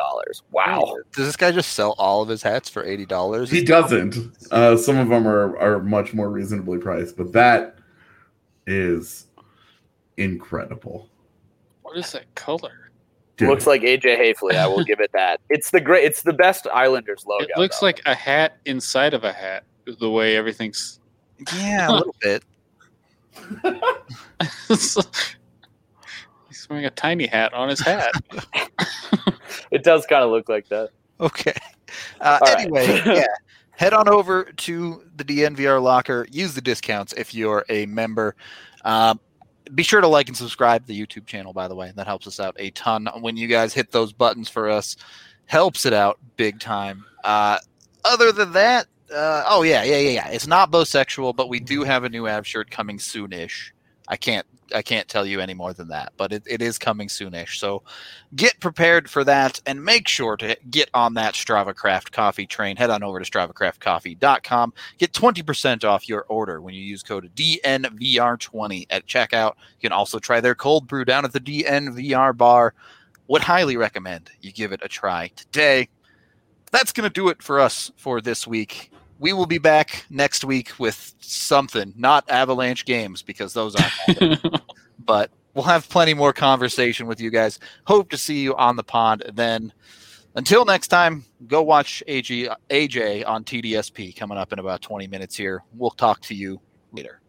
Speaker 4: Wow.
Speaker 1: Does this guy just sell all of his hats for $80?
Speaker 2: He doesn't. Uh, some of them are are much more reasonably priced, but that is incredible.
Speaker 3: what is that color?
Speaker 2: Dude,
Speaker 4: Looks like AJ Hafley. I will give it that. It's the great. It's the best Islanders logo.
Speaker 3: It looks
Speaker 4: though.
Speaker 3: like a hat inside of a hat. The way everything's. (laughs)
Speaker 1: Yeah, a little bit.
Speaker 3: He's He's wearing a tiny hat on his hat.
Speaker 4: It does kind of look like that.
Speaker 1: (laughs) Okay. Uh,
Speaker 4: All right. (laughs)
Speaker 1: anyway, yeah. Head on over to the DNVR locker. Use the discounts if you're a member. Um, be sure to like and subscribe to the YouTube channel, by the way. That helps us out a ton. When you guys hit those buttons for us, helps it out big time. Uh, other than that, uh, oh, yeah, yeah, yeah, yeah. It's not sexual, but we do have a new ab shirt coming soonish. I can't. I can't tell you any more than that, but it, it is coming soonish. So get prepared for that and make sure to get on that Strava Craft coffee train. Head on over to StravaCraftCoffee.com. Get 20% off your order when you use code DNVR20 at checkout. You can also try their cold brew down at the DNVR bar. Would highly recommend you give it a try today. That's going to do it for us for this week. We will be back next week with something, not Avalanche games, because those aren't but we'll have plenty more conversation with you guys. Hope to see you on the pod then. Until next time, go watch AG, AJ on TDSP coming up in about 20 minutes here. We'll talk to you later.